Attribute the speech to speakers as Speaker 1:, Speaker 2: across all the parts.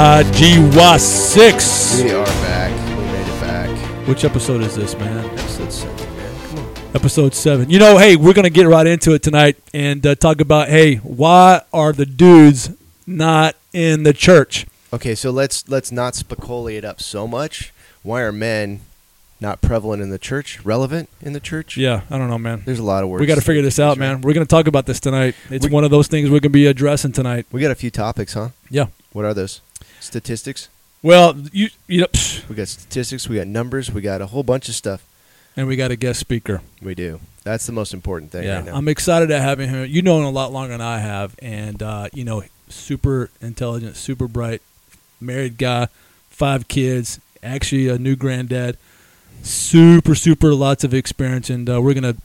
Speaker 1: GY six.
Speaker 2: We are back. We made it back.
Speaker 1: Which episode is this, man?
Speaker 2: Episode seven, man. Come on.
Speaker 1: Episode seven. You know, hey, we're gonna get right into it tonight and uh, talk about hey, why are the dudes not in the church?
Speaker 2: Okay, so let's let's not speculate up so much. Why are men not prevalent in the church? Relevant in the church?
Speaker 1: Yeah, I don't know, man.
Speaker 2: There's a lot of words.
Speaker 1: We got to figure this out, man. We're gonna talk about this tonight. It's one of those things we're gonna be addressing tonight.
Speaker 2: We got a few topics, huh?
Speaker 1: Yeah.
Speaker 2: What are those? Statistics.
Speaker 1: Well, you, you know, psh,
Speaker 2: We got statistics. We got numbers. We got a whole bunch of stuff.
Speaker 1: and we got a guest speaker.
Speaker 2: We do. That's the most important thing
Speaker 1: Yeah,
Speaker 2: right now.
Speaker 1: I'm excited to have him here. You know him a lot longer than I have, and uh, you know, super intelligent, super bright, married guy, five kids, actually a new granddad, super, super lots of experience, and uh, we're gonna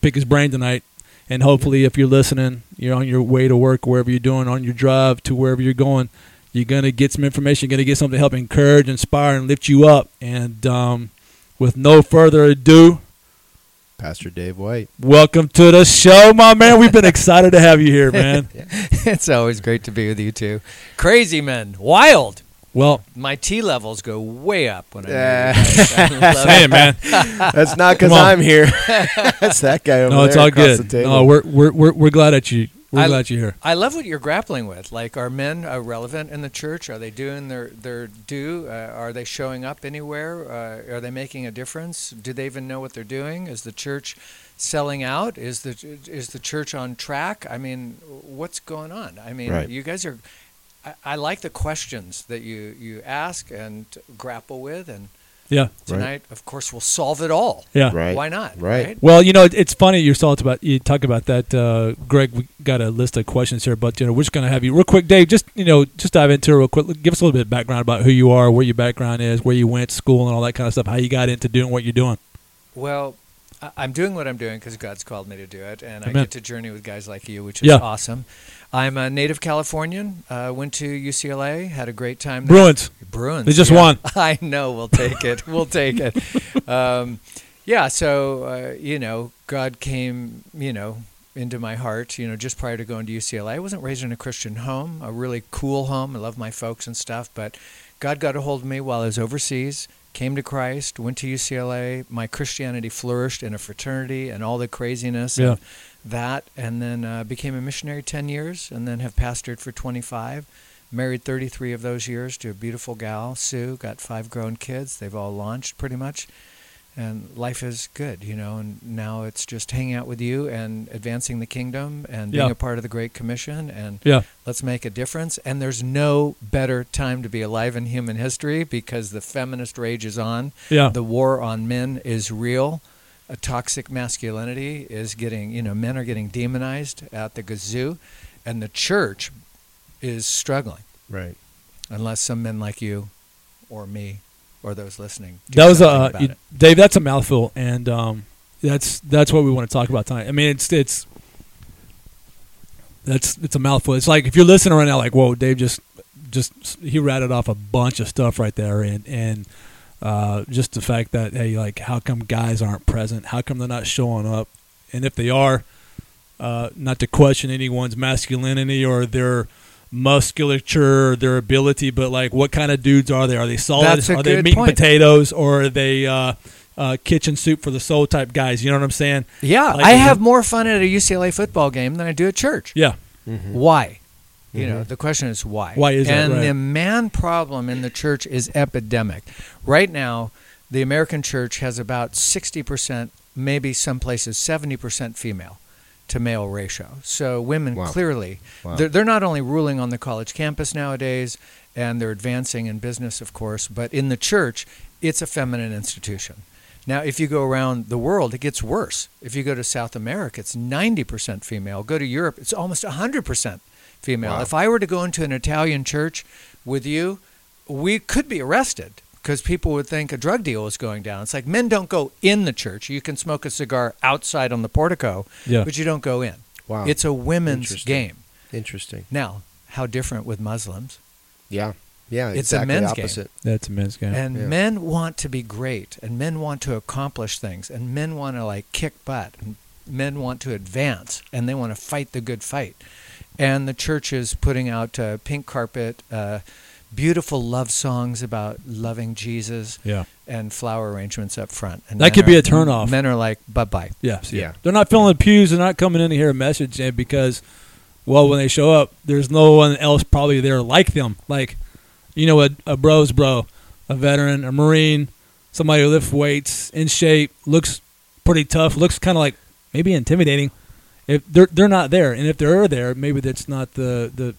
Speaker 1: pick his brain tonight. And hopefully, if you're listening, you're on your way to work, wherever you're doing, on your drive to wherever you're going, you're gonna get some information. You're gonna get something to help encourage, inspire, and lift you up. And um, with no further ado,
Speaker 2: Pastor Dave White.
Speaker 1: Welcome to the show, my man. We've been excited to have you here, man.
Speaker 3: it's always great to be with you too. Crazy men, wild.
Speaker 1: Well,
Speaker 3: My T levels go way up when I.
Speaker 2: Yeah.
Speaker 3: Yeah. I love
Speaker 1: hey,
Speaker 3: it.
Speaker 1: man.
Speaker 2: That's not because
Speaker 1: Come on.
Speaker 2: I'm here. That's that guy over
Speaker 1: No,
Speaker 2: there
Speaker 1: it's all
Speaker 2: across the
Speaker 1: good.
Speaker 2: table.
Speaker 1: No, we're we're we're, we're glad that you we're
Speaker 3: I-
Speaker 1: glad you're here.
Speaker 3: I love what you're grappling with. Like, are men uh, relevant in the church? Are they doing their their due? Uh, are they showing up anywhere? Uh, are they making a difference? Do they even know what they're doing? Is the church selling out? Is the is the church on track? I mean, what's going on? I mean,
Speaker 2: Right.
Speaker 3: you guys are. I, I like the questions that you you ask and grapple with, and
Speaker 1: Yeah,
Speaker 3: tonight, of course, we'll solve it all.
Speaker 1: yeah.
Speaker 2: Right.
Speaker 3: Why not?
Speaker 2: Right.
Speaker 1: Well, you know, it- it's funny you talked about you talk about that, uh, Greg. We got a list of questions here, but you know, we're just gonna have you real quick, Dave. Just you know, just dive into it real quick. Give us a little bit of background about who you are, where your background is, where you went to school, and all that kind of stuff. How you got into doing what you're doing.
Speaker 3: Well, I- I'm doing what I'm doing because God's called me to do it, and I
Speaker 1: Amen.
Speaker 3: get to journey with guys like you, which is
Speaker 1: Yeah.
Speaker 3: awesome. I'm a native Californian. Uh, went to UCLA, had a great time. there.
Speaker 1: Bruins.
Speaker 3: Bruins.
Speaker 1: They just
Speaker 3: yeah.
Speaker 1: won.
Speaker 3: I know. We'll take it. We'll take it. Um, yeah. So uh, you know, God came. You know. Into my heart, you know, just prior to going to UCLA. I wasn't raised in a Christian home, a really cool home. I love my folks and stuff, but God got a hold of me while I was overseas, came to Christ, went to UCLA. My Christianity flourished in a fraternity and all the craziness
Speaker 1: Yeah.
Speaker 3: of that, and then uh, became a missionary 10 years, and then have pastored for 25. Married 33 of those years to a beautiful gal, Sue. Got five grown kids. They've all launched pretty much. And life is good, you know. And now it's just hanging out with you and advancing the kingdom and being
Speaker 1: Yeah.
Speaker 3: a part of the Great Commission. And
Speaker 1: Yeah.
Speaker 3: Let's make a difference. And there's no better time to be alive in human history because the feminist rage is on.
Speaker 1: Yeah.
Speaker 3: The war on men is real. A toxic masculinity is getting, you know, men are getting demonized at the gazoo, and the church is struggling
Speaker 2: Right.
Speaker 3: unless some men like you or me or those listening. do
Speaker 1: that was a
Speaker 3: something
Speaker 1: uh,
Speaker 3: about
Speaker 1: you-
Speaker 3: it.
Speaker 1: Dave. That's a mouthful, and um, that's that's what we want to talk about tonight. I mean, it's it's that's it's a mouthful. It's like if you're listening right now, like whoa, Dave just just he ratted off a bunch of stuff right there, and and uh, just the fact that hey, like how come guys aren't present? How come they're not showing up? And if they are, uh, not to question anyone's masculinity or their musculature or their ability, but like what kind of dudes are they? Are they solid?
Speaker 3: That's a
Speaker 1: are they
Speaker 3: good
Speaker 1: meat and
Speaker 3: point.
Speaker 1: potatoes or are they uh, uh, kitchen soup for the soul type guys? You know what I'm saying?
Speaker 3: Yeah,
Speaker 1: Like,
Speaker 3: I
Speaker 1: you know-
Speaker 3: have more fun at a UCLA football game than I do at church.
Speaker 1: Yeah.
Speaker 3: Why? You know, the question is why.
Speaker 1: Mm-hmm. Why is that,
Speaker 3: and
Speaker 1: right.
Speaker 3: the man problem in the church is epidemic. Right now, the American church has about 60%, maybe some places 70% female to male ratio. So women
Speaker 2: Wow.
Speaker 3: clearly
Speaker 2: Wow.
Speaker 3: they're, they're not only ruling on the college campus nowadays and they're advancing in business of course, but in the church it's a feminine institution. Now, if you go around the world, it gets worse. If you go to South America, it's 90% female. Go to Europe, it's almost 100% female.
Speaker 2: Wow.
Speaker 3: If I were to go into an Italian church with you, we could be arrested because people would think a drug deal is going down. It's like men don't go in the church. You can smoke a cigar outside on the portico,
Speaker 1: Yeah.
Speaker 3: but you don't go in.
Speaker 2: Wow.
Speaker 3: It's a women's
Speaker 2: Interesting.
Speaker 3: game.
Speaker 2: Interesting.
Speaker 3: Now, how different with Muslims?
Speaker 2: Yeah. Yeah.
Speaker 3: It's a
Speaker 2: exactly
Speaker 3: men's game.
Speaker 2: opposite.
Speaker 1: That's a men's game.
Speaker 3: And
Speaker 2: Yeah.
Speaker 3: men want to be great, and men want to accomplish things, and men want to like kick butt, and men want to advance, and they want to fight the good fight. And the church is putting out uh, pink carpet, uh, beautiful love songs about loving Jesus
Speaker 1: Yeah.
Speaker 3: and flower arrangements up front. And
Speaker 1: That
Speaker 3: men
Speaker 1: could be
Speaker 3: are-
Speaker 1: a turnoff.
Speaker 3: Men are like, bye bye.
Speaker 1: Yeah, so yeah.
Speaker 2: Yeah.
Speaker 1: They're not filling the pews. They're not coming in to hear a message, and because, well, when they show up, there's no one else probably there like them. Like, you know, a, a bro's bro, a veteran, a marine, somebody who lifts weights, in shape, looks pretty tough, looks kind of like maybe intimidating. If they're they're not there, and if they are there, maybe that's not the the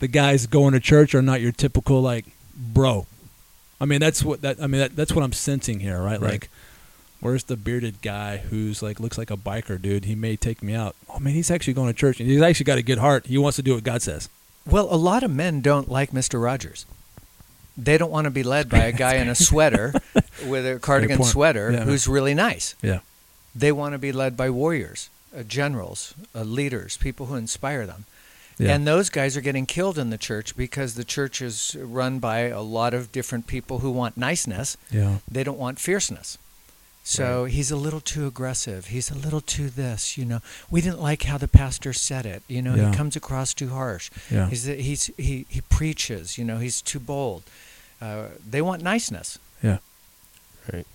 Speaker 1: the guys going to church are not your typical like bro. I mean, that's what that I mean that, that's what I'm sensing here, right?
Speaker 3: Right.
Speaker 1: Like. Where's the bearded guy who's like looks like a biker dude? He may take me out. Oh man, he's actually going to church and he's actually got a good heart. He wants to do what God says.
Speaker 3: Well, a lot of men don't like Mr. Rogers. They don't want to be led by a guy in a sweater with a cardigan
Speaker 1: point.
Speaker 3: sweater
Speaker 1: Yeah.
Speaker 3: who's really nice.
Speaker 1: Yeah.
Speaker 3: They want to be led by warriors, uh, generals, uh, leaders, people who inspire them. And those guys are getting killed in the church because the church is run by a lot of different people who want niceness.
Speaker 1: yeah.
Speaker 3: They don't want fierceness. So he's a little too aggressive. He's a little too this, you know. We didn't like how the pastor said it. You know,
Speaker 1: Yeah.
Speaker 3: he comes across too harsh.
Speaker 1: Yeah.
Speaker 3: He's, he's, he, he preaches, you know, he's too bold. Uh, they want niceness.
Speaker 1: Yeah.
Speaker 2: Right.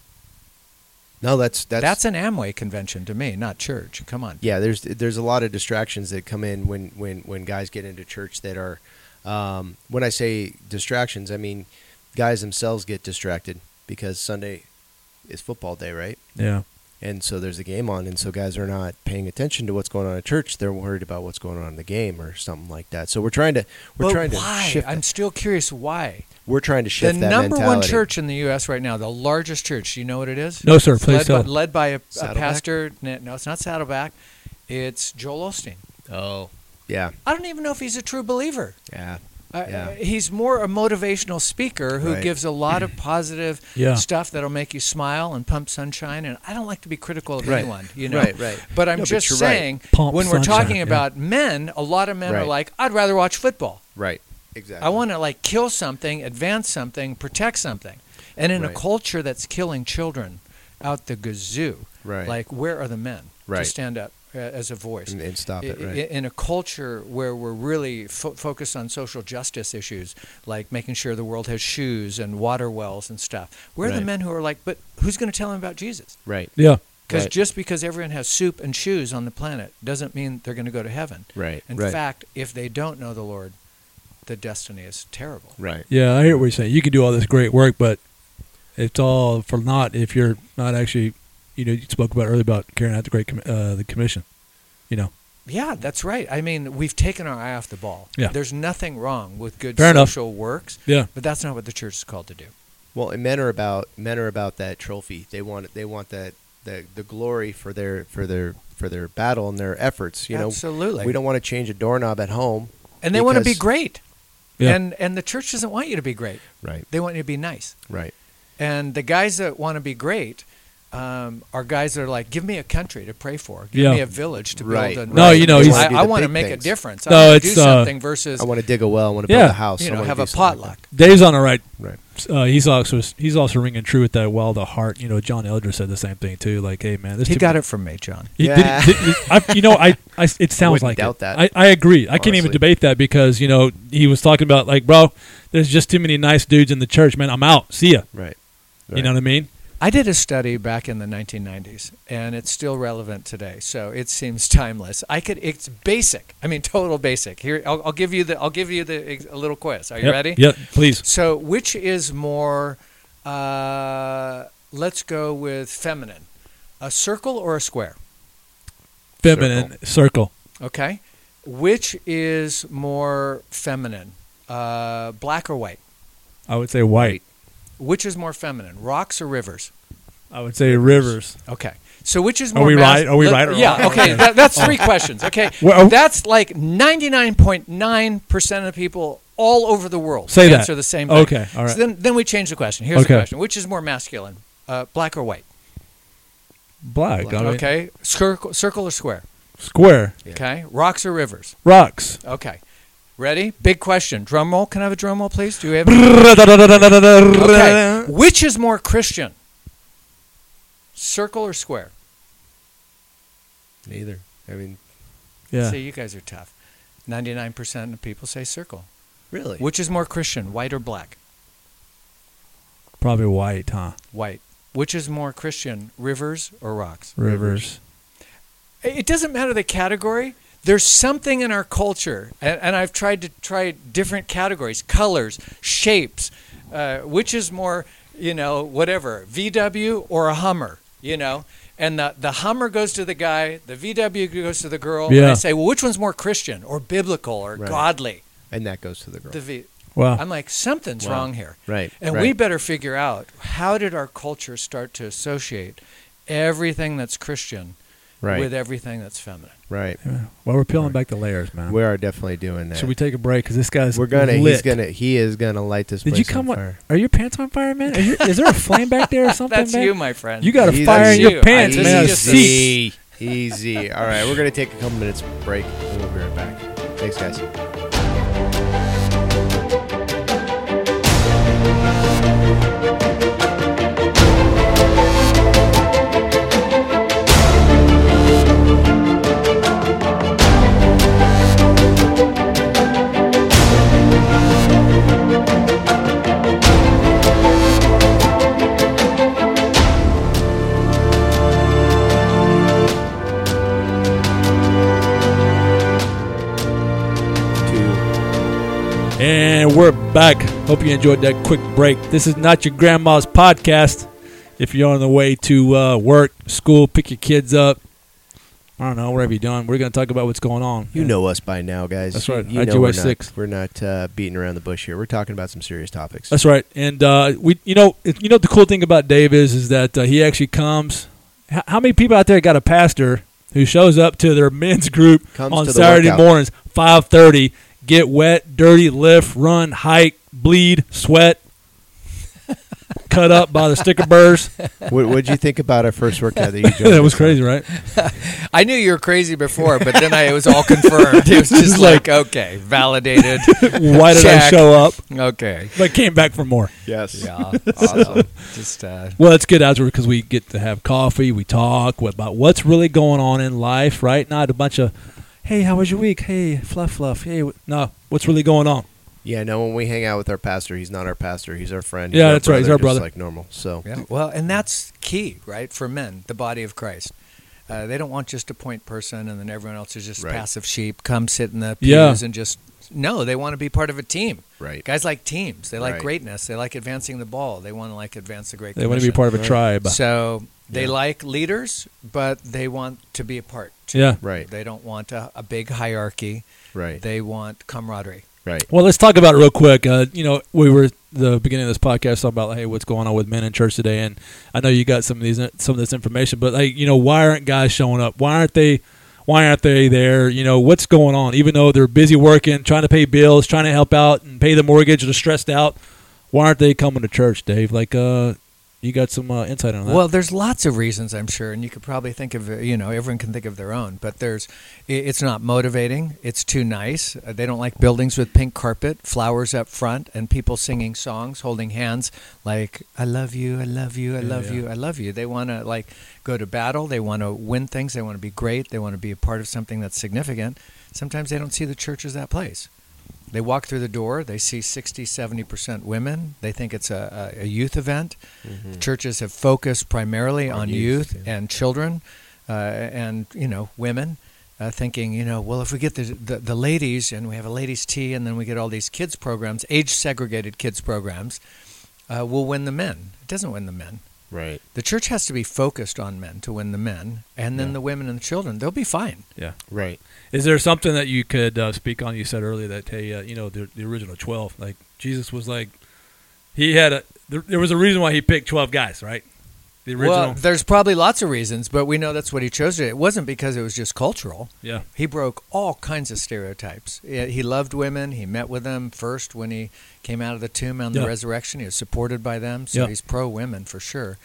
Speaker 2: No, that's that's
Speaker 3: That's, an Amway convention to me, not church. Come on.
Speaker 2: yeah. There's there's a lot of distractions that come in when when when guys get into church that are um, when I say distractions, I mean guys themselves get distracted because Sunday is football day, right?
Speaker 1: Yeah.
Speaker 2: And so there's a game on, and so guys are not paying attention to what's going on at church. They're worried about what's going on in the game or something like that. So we're trying to we're
Speaker 3: but
Speaker 2: trying
Speaker 3: why?
Speaker 2: to shift.
Speaker 3: I'm still curious why.
Speaker 2: we're trying to shift
Speaker 3: the
Speaker 2: that
Speaker 3: number one
Speaker 2: mentality.
Speaker 3: church in the U.S. right now, the largest church. Do you know what it is?
Speaker 1: No, sir,
Speaker 3: It's
Speaker 1: please
Speaker 3: led by,
Speaker 1: tell.
Speaker 3: led by a, a
Speaker 2: Saddleback?
Speaker 3: pastor. n- No, it's not Saddleback. It's Joel Osteen.
Speaker 2: Oh, yeah,
Speaker 3: I don't even know if he's a true believer.
Speaker 2: yeah,
Speaker 3: Uh,
Speaker 2: Yeah.
Speaker 3: he's more a motivational speaker who
Speaker 2: Right.
Speaker 3: gives a lot of positive
Speaker 1: Yeah.
Speaker 3: stuff that'll make you smile and pump sunshine. And I don't like to be critical of
Speaker 2: Right.
Speaker 3: anyone, you know.
Speaker 2: Right, right.
Speaker 3: But I'm
Speaker 2: No, but
Speaker 3: just
Speaker 2: you're right.
Speaker 3: saying,
Speaker 1: Pump
Speaker 3: when we're
Speaker 1: sunshine,
Speaker 3: talking
Speaker 1: yeah.
Speaker 3: about men, a lot of men are
Speaker 2: Right.
Speaker 3: like, I'd rather watch football.
Speaker 2: right, exactly.
Speaker 3: I want to like kill something, advance something, protect something. And in a
Speaker 2: Right.
Speaker 3: culture that's killing children out the gazoo,
Speaker 2: Right.
Speaker 3: like where are the men to
Speaker 2: Right.
Speaker 3: stand up uh, as a voice?
Speaker 2: and, and stop it.
Speaker 3: I-
Speaker 2: Right.
Speaker 3: i- In a culture where we're really fo- focused on social justice issues, like making sure the world has shoes and water wells and stuff, where are the
Speaker 2: Right.
Speaker 3: men who are like, but who's going to tell them about Jesus?
Speaker 2: Right.
Speaker 1: Yeah.
Speaker 3: Because
Speaker 2: Right.
Speaker 3: just because everyone has soup and shoes on the planet doesn't mean they're going to go to heaven.
Speaker 2: Right,
Speaker 3: In
Speaker 2: right.
Speaker 3: fact, if they don't know the Lord, the destiny is terrible.
Speaker 2: Right.
Speaker 1: Yeah, I hear what you're saying. You can do all this great work, but it's all for naught if you're not actually, you know, you spoke about earlier about carrying out the great com- uh, the commission. You know,
Speaker 3: Yeah, that's right. I mean, we've taken our eye off the ball.
Speaker 1: Yeah.
Speaker 3: There's nothing wrong with good
Speaker 1: Fair enough.
Speaker 3: social works,
Speaker 1: Yeah.
Speaker 3: but that's not what the church is called to do.
Speaker 2: Well, and men are about men are about that trophy. They want they want that the the glory for their for their for their battle and their efforts. You
Speaker 3: Absolutely.
Speaker 2: know, we don't want to change a doorknob at home.
Speaker 3: And they want to be
Speaker 2: because-
Speaker 3: great.
Speaker 1: Yeah.
Speaker 3: And and the church doesn't want you to be great.
Speaker 2: Right.
Speaker 3: They want you to be nice.
Speaker 2: Right.
Speaker 3: And the guys that want to be great um, are guys that are like, give me a country to pray for, give
Speaker 1: Yeah.
Speaker 3: me a village to
Speaker 2: Right.
Speaker 3: build. A,
Speaker 1: No, you know,
Speaker 3: I-
Speaker 1: he's-
Speaker 2: Wanna do
Speaker 3: I,
Speaker 2: the
Speaker 3: want to
Speaker 2: big
Speaker 3: make a
Speaker 2: things.
Speaker 3: difference. I
Speaker 1: No,
Speaker 3: want to do
Speaker 1: it's, uh,
Speaker 3: something versus
Speaker 2: I want to dig a well. I want to
Speaker 1: Yeah.
Speaker 2: build a house.
Speaker 3: you
Speaker 2: I
Speaker 3: know
Speaker 2: wanna
Speaker 3: have
Speaker 2: do
Speaker 3: a
Speaker 2: something
Speaker 3: potluck.
Speaker 2: like
Speaker 1: Dave's on the right.
Speaker 2: that. Right.
Speaker 1: Uh, he's also he's also ringing true with that wild at heart. You know, John Eldridge said the same thing too. Like, hey man, this
Speaker 3: he
Speaker 1: too-
Speaker 3: got it from me, John.
Speaker 1: He
Speaker 2: Yeah.
Speaker 1: didn't- did- did- I, you know, I, I it sounds like
Speaker 2: wouldn't doubt
Speaker 1: it.
Speaker 2: that,
Speaker 1: I, I agree. I can't even
Speaker 2: honestly.
Speaker 1: debate that because you know he was talking about like, bro, there's just too many nice dudes in the church, man. I'm out. See ya.
Speaker 2: Right.
Speaker 1: You know what I mean?
Speaker 3: I did a study back in the 1990s, and it's still relevant today. So it seems timeless. I could. It's basic. I mean, total basic. Here, I'll, I'll give you the. I'll give you the ex- a little quiz. Are you
Speaker 1: yep.
Speaker 3: ready?
Speaker 1: Yep. Please.
Speaker 3: So, which is more, uh, let's go with feminine? A circle or a square?
Speaker 1: Feminine circle.
Speaker 3: Okay. Which is more feminine? Uh, black or white?
Speaker 1: I would say white.
Speaker 3: Which is more feminine? Rocks or rivers?
Speaker 1: I would say rivers.
Speaker 3: Okay. So, which is
Speaker 1: Are
Speaker 3: more.
Speaker 1: we
Speaker 3: mas-
Speaker 1: right? Are we
Speaker 3: let-
Speaker 1: right or
Speaker 3: Yeah.
Speaker 1: wrong?
Speaker 3: Okay.
Speaker 1: Okay.
Speaker 3: That, that's three questions. Okay.
Speaker 1: Well, oh. are-
Speaker 3: that's like 99.9% of the people all over the world
Speaker 1: Say that.
Speaker 3: answer the same thing.
Speaker 1: Okay, all right.
Speaker 3: So then, then we change the question. Here's
Speaker 1: Okay.
Speaker 3: the question Which is more masculine? Uh, black or white?
Speaker 1: Black. I mean,
Speaker 3: Okay. Circle, circle or square?
Speaker 1: Square.
Speaker 3: Okay. Rocks or rivers?
Speaker 1: Rocks.
Speaker 3: Okay. Ready? Big question. Drum roll. Can I have a drum roll, please? Do we have Okay.
Speaker 1: Okay.
Speaker 3: Which is more Christian? Circle or square?
Speaker 2: Neither. I mean,
Speaker 1: Yeah.
Speaker 3: See, you guys are tough. 99% of people say circle.
Speaker 2: Really?
Speaker 3: Which is more Christian, white or black?
Speaker 1: Probably white, huh?
Speaker 3: White. Which is more Christian, rivers or rocks?
Speaker 1: Rivers.
Speaker 3: It doesn't matter the category. There's something in our culture, and, and I've tried to try different categories, colors, shapes. Uh, which is more, you know, whatever, VW or a Hummer, you know? And the, the Hummer goes to the guy, the VW goes to the girl. And I
Speaker 1: Yeah.
Speaker 3: say, well, which one's more Christian or biblical or
Speaker 2: Right.
Speaker 3: godly?
Speaker 2: And that goes to the girl.
Speaker 3: The v-
Speaker 1: Wow.
Speaker 3: I'm like, something's wrong here.
Speaker 2: Right,
Speaker 3: And
Speaker 2: right.
Speaker 3: we better figure out how did our culture start to associate everything that's Christian
Speaker 2: Right.
Speaker 3: with everything that's feminine?
Speaker 2: right.
Speaker 1: well, we're peeling back the layers, man.
Speaker 2: We are definitely doing that.
Speaker 1: Should we take a break? Because this guy's
Speaker 2: We're gonna.
Speaker 1: Lit.
Speaker 2: He's gonna. He is gonna light this.
Speaker 1: Did
Speaker 2: place
Speaker 1: you come? On,
Speaker 2: On fire.
Speaker 1: are your pants on fire, man? Are you, is there a flame back there or something?
Speaker 3: That's
Speaker 1: man?
Speaker 3: you, my friend.
Speaker 1: You got a
Speaker 2: Easy.
Speaker 1: fire in
Speaker 3: That's
Speaker 1: your
Speaker 3: you.
Speaker 1: pants,
Speaker 3: This is
Speaker 1: man.
Speaker 3: just a-
Speaker 1: Seats.
Speaker 2: Easy. Easy. All right. We're gonna take a couple minutes break. And we'll be right back. Thanks, guys. Two.
Speaker 1: And we're back. Hope you enjoyed that quick break. This is not your grandma's podcast. If you're on the way to uh, work, school, pick your kids up. I don't know, whatever you're doing. We're going to talk about what's going on.
Speaker 2: You know us by now, guys.
Speaker 1: That's right.
Speaker 2: You
Speaker 1: IGY
Speaker 2: know we're
Speaker 1: six.
Speaker 2: not, we're not uh, beating around the bush here. We're talking about some serious topics.
Speaker 1: That's right. And uh, we, you know, it- you know what the cool thing about Dave is, is that uh, he actually comes. How, how many people out there got a pastor who shows up to their men's group
Speaker 2: Comes
Speaker 1: on
Speaker 2: to the
Speaker 1: Saturday
Speaker 2: workout.
Speaker 1: mornings, five thirty? Get wet, dirty, lift, run, hike, bleed, sweat, cut up by the sticker burrs.
Speaker 2: what What did you think about our first workout that you joined?
Speaker 1: that was
Speaker 2: us on?
Speaker 1: crazy, right?
Speaker 3: I knew you were crazy before, but then I, it was all confirmed. It was just like, okay, validated.
Speaker 1: Why did I
Speaker 3: Check.
Speaker 1: show up?
Speaker 3: Okay.
Speaker 1: But came back for more.
Speaker 2: Yes.
Speaker 3: Yeah. Awesome. Just uh,
Speaker 1: Well, it's good afterward because we get to have coffee. We talk about what's really going on in life, right? Not a bunch of, hey, how was your week? Hey, fluff, fluff. Hey, wh-" no, what's really going on?
Speaker 2: Yeah, no, when we hang out with our pastor, he's not our pastor. He's our friend.
Speaker 1: Yeah,
Speaker 2: our
Speaker 1: that's right, he's our
Speaker 2: just
Speaker 1: brother.
Speaker 2: like normal. So,
Speaker 3: yeah. Well, and that's key, right? For men, the body of Christ. Uh, they don't want just a point person, and then everyone else is just
Speaker 2: Right.
Speaker 3: passive sheep. Come sit in the pews
Speaker 1: Yeah.
Speaker 3: and just no. They want to be part of a team.
Speaker 2: Right.
Speaker 3: Guys like teams. They like
Speaker 2: Right.
Speaker 3: greatness. They like advancing the ball. They want to like advance the great.
Speaker 1: They want to be part of a tribe.
Speaker 3: So they
Speaker 2: Yeah.
Speaker 3: like leaders, but they want to be a part. too.
Speaker 1: Yeah.
Speaker 2: Right.
Speaker 3: They don't want a, a big hierarchy.
Speaker 2: right,
Speaker 3: They want camaraderie.
Speaker 2: right,
Speaker 1: Well, let's talk about it real quick. Uh, you know, we were the beginning of this podcast talking about hey, what's going on with men in church today, and I know you got some of these some of this information, but like you know, why aren't guys showing up? Why aren't they? Why aren't they there? You know, what's going on? Even though they're busy working, trying to pay bills, trying to help out and pay the mortgage, they're stressed out. Why aren't they coming to church, Dave? Like, uh, you got some uh, insight on that?
Speaker 3: Well, there's lots of reasons, I'm sure, and you could probably think of, uh, you know, everyone can think of their own, but there's, i- it's not motivating. It's too nice. Uh, They don't like buildings with pink carpet, flowers up front, and people singing songs, holding hands, like, I love you, I love you, I
Speaker 1: Yeah,
Speaker 3: love
Speaker 1: yeah.
Speaker 3: you, I love you. They want to, like, go to battle. They want to win things. They want to be great. They want to be a part of something that's significant. Sometimes they don't see the church as that place. They walk through the door, they see 60, 70% women. They think it's a, a, a youth event. Churches have focused primarily on,
Speaker 2: On
Speaker 3: youth,
Speaker 2: youth,
Speaker 3: and children uh, and, you know, women. Uh, thinking, you know, well, if we get the, the the ladies and we have a ladies' tea, and then we get all these kids programs, age segregated kids programs, uh, we'll win the men. It doesn't win the men.
Speaker 2: right.
Speaker 3: The church has to be focused on men to win the men, and then the women and the children, they'll be fine.
Speaker 1: yeah.
Speaker 2: Right.
Speaker 1: Is there something that you could uh, speak on? You said earlier that hey, uh, you know the, the original twelve. Like Jesus was like, he had a there, there was a reason why he picked twelve guys, right? The original,
Speaker 3: Well, there's probably lots of reasons, but we know that's what he chose. It wasn't because it was just cultural.
Speaker 1: yeah,
Speaker 3: He broke all kinds of stereotypes. Yeah, He loved women. He met with them first when he came out of the tomb on the
Speaker 1: Yeah.
Speaker 3: resurrection. He was supported by them, so
Speaker 1: Yeah.
Speaker 3: he's pro women for sure.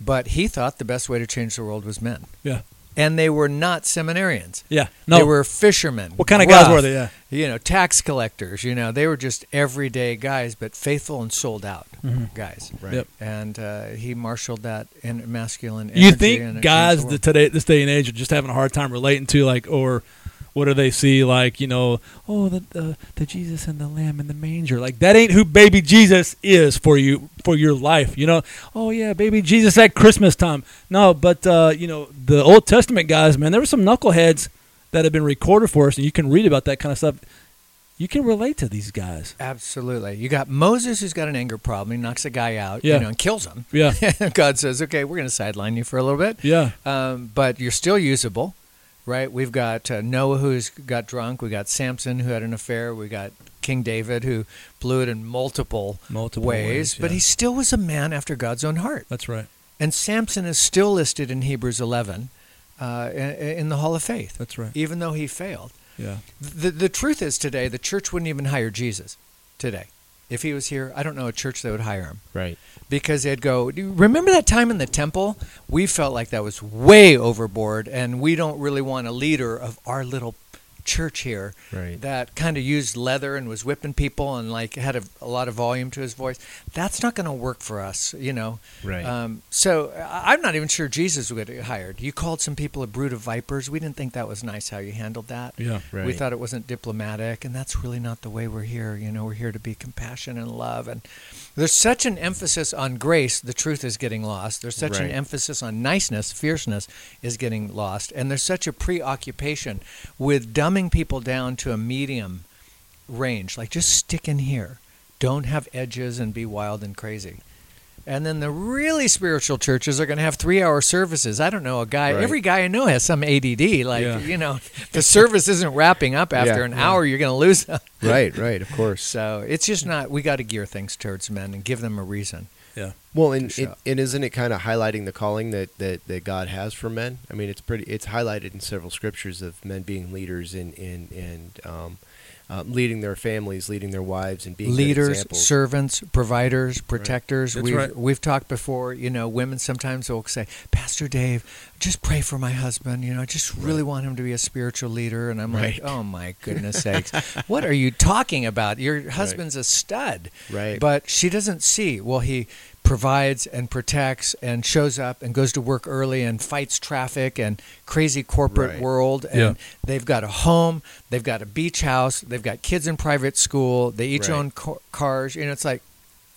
Speaker 3: But he thought the best way to change the world was men.
Speaker 1: yeah,
Speaker 3: And they were not seminarians.
Speaker 1: yeah. No,
Speaker 3: They were fishermen.
Speaker 1: What kind of guys
Speaker 3: rough,
Speaker 1: were they? Yeah.
Speaker 3: You know, tax collectors. You know, they were just everyday guys, but faithful and sold out
Speaker 1: Mm-hmm.
Speaker 3: guys.
Speaker 2: Right.
Speaker 1: Yep.
Speaker 3: And uh, he marshaled that in masculine.
Speaker 1: you
Speaker 3: energy and it
Speaker 1: think
Speaker 3: changed
Speaker 1: guys
Speaker 3: the
Speaker 1: the
Speaker 3: world.
Speaker 1: today this day and age are just having a hard time relating to like or what do they see? Like you know, oh the the, the Jesus and the Lamb in the manger. Like that ain't who baby Jesus is for you for your life. You know, oh yeah, baby Jesus at Christmas time. No, but uh, you know the Old Testament guys, man, there were some knuckleheads that have been recorded for us, and you can read about that kind of stuff. You can relate to these guys.
Speaker 3: Absolutely. You got Moses who's got an anger problem. He knocks a guy out,
Speaker 1: Yeah.
Speaker 3: you know, and kills him.
Speaker 1: Yeah.
Speaker 3: God says, okay, we're going to sideline you for a little bit.
Speaker 1: Yeah.
Speaker 3: Um, but you're still usable, right? We've got uh, Noah who's got drunk. We got Samson who had an affair. We got King David who blew it in multiple,
Speaker 1: Multiple ways,
Speaker 3: But
Speaker 1: yeah.
Speaker 3: he still was a man after God's own heart.
Speaker 1: That's right.
Speaker 3: And Samson is still listed in Hebrews 11 uh, in, in the Hall of Faith.
Speaker 1: That's right.
Speaker 3: Even though he failed.
Speaker 1: Yeah.
Speaker 3: The, the truth is today, the church wouldn't even hire Jesus today. If he was here, I don't know a church that would hire him
Speaker 2: Right.
Speaker 3: because they'd go, "Do you remember that time in the temple? We felt like that was way overboard, and we don't really want a leader of our little church here
Speaker 2: Right.
Speaker 3: that kind of used leather and was whipping people and like had a, a lot of volume to his voice. That's not going to work for us, you know.
Speaker 2: Right.
Speaker 3: Um, so I- I'm not even sure Jesus would get hired. You called some people a brood of vipers. We didn't think that was nice how you handled that.
Speaker 1: Yeah.
Speaker 2: Right.
Speaker 3: We thought it wasn't diplomatic, and that's really not the way we're here. You know, we're here to be compassion and love. And there's such an emphasis on grace, the truth is getting lost. There's such an
Speaker 2: Right.
Speaker 3: emphasis on niceness, fierceness is getting lost. And there's such a preoccupation with dumbing people down to a medium range. Like, just stick in here, don't have edges and be wild and crazy. And then the really spiritual churches are going to have three-hour services. I don't know a guy.
Speaker 2: Right.
Speaker 3: Every guy I know has some ADD. Like
Speaker 1: Yeah.
Speaker 3: you know, if the service isn't wrapping up after
Speaker 2: Yeah,
Speaker 3: an
Speaker 2: yeah.
Speaker 3: hour. You're going to lose them.
Speaker 2: Right. Right. Of course.
Speaker 3: So it's just not. We got to gear things towards men and give them a reason.
Speaker 1: Yeah.
Speaker 2: Well, and,
Speaker 3: Sure.
Speaker 2: it, and isn't it kind of highlighting the calling that, that, that God has for men? I mean, it's pretty. It's highlighted in several scriptures of men being leaders and and and um, uh, leading their families, leading their wives, and being good
Speaker 3: Leaders,
Speaker 2: examples.
Speaker 3: servants, providers, protectors.
Speaker 1: That's
Speaker 3: We've
Speaker 1: right.
Speaker 3: we've talked before. You know, women sometimes will say, "Pastor Dave, just pray for my husband. You know, I just really want him to be a spiritual leader." And I'm
Speaker 2: Right.
Speaker 3: like, "Oh my goodness sakes, what are you talking about? Your husband's a stud."
Speaker 2: Right.
Speaker 3: But she doesn't see. Well, he provides and protects and shows up and goes to work early and fights traffic and crazy corporate
Speaker 2: Right.
Speaker 3: world and
Speaker 1: Yeah.
Speaker 3: they've got a home, they've got a beach house, they've got kids in private school, they each
Speaker 2: Right.
Speaker 3: own ca- cars, you know, it's like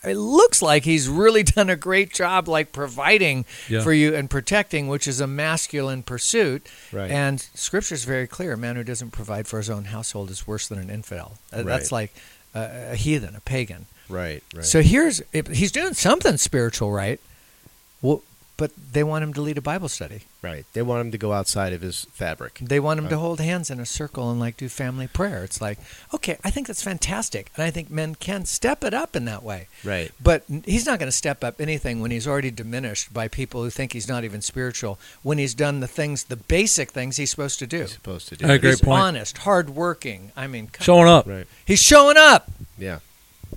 Speaker 3: it looks like he's really done a great job like providing
Speaker 1: Yeah.
Speaker 3: for you and protecting, which is a masculine pursuit.
Speaker 2: Right.
Speaker 3: And scripture's very clear, a man who doesn't provide for his own household is worse than an infidel. Uh, That's like a, a heathen, a pagan.
Speaker 2: Right. Right.
Speaker 3: So here's if he's doing something spiritual, right? Well, but they want him to lead a Bible study.
Speaker 2: right. They want him to go outside of his fabric.
Speaker 3: They want him to hold hands in a circle and like do family prayer. It's like, okay, I think that's fantastic, and I think men can step it up in that way.
Speaker 2: Right.
Speaker 3: But n- he's not going to step up anything when he's already diminished by people who think he's not even spiritual. When he's done the things, the basic things he's supposed to do.
Speaker 2: He's supposed to do.
Speaker 1: I
Speaker 2: it.
Speaker 1: agree.
Speaker 3: he's
Speaker 1: Great point.
Speaker 3: honest, hardworking. I mean, come
Speaker 1: Showing up.
Speaker 2: Right.
Speaker 3: he's showing up.
Speaker 2: Yeah.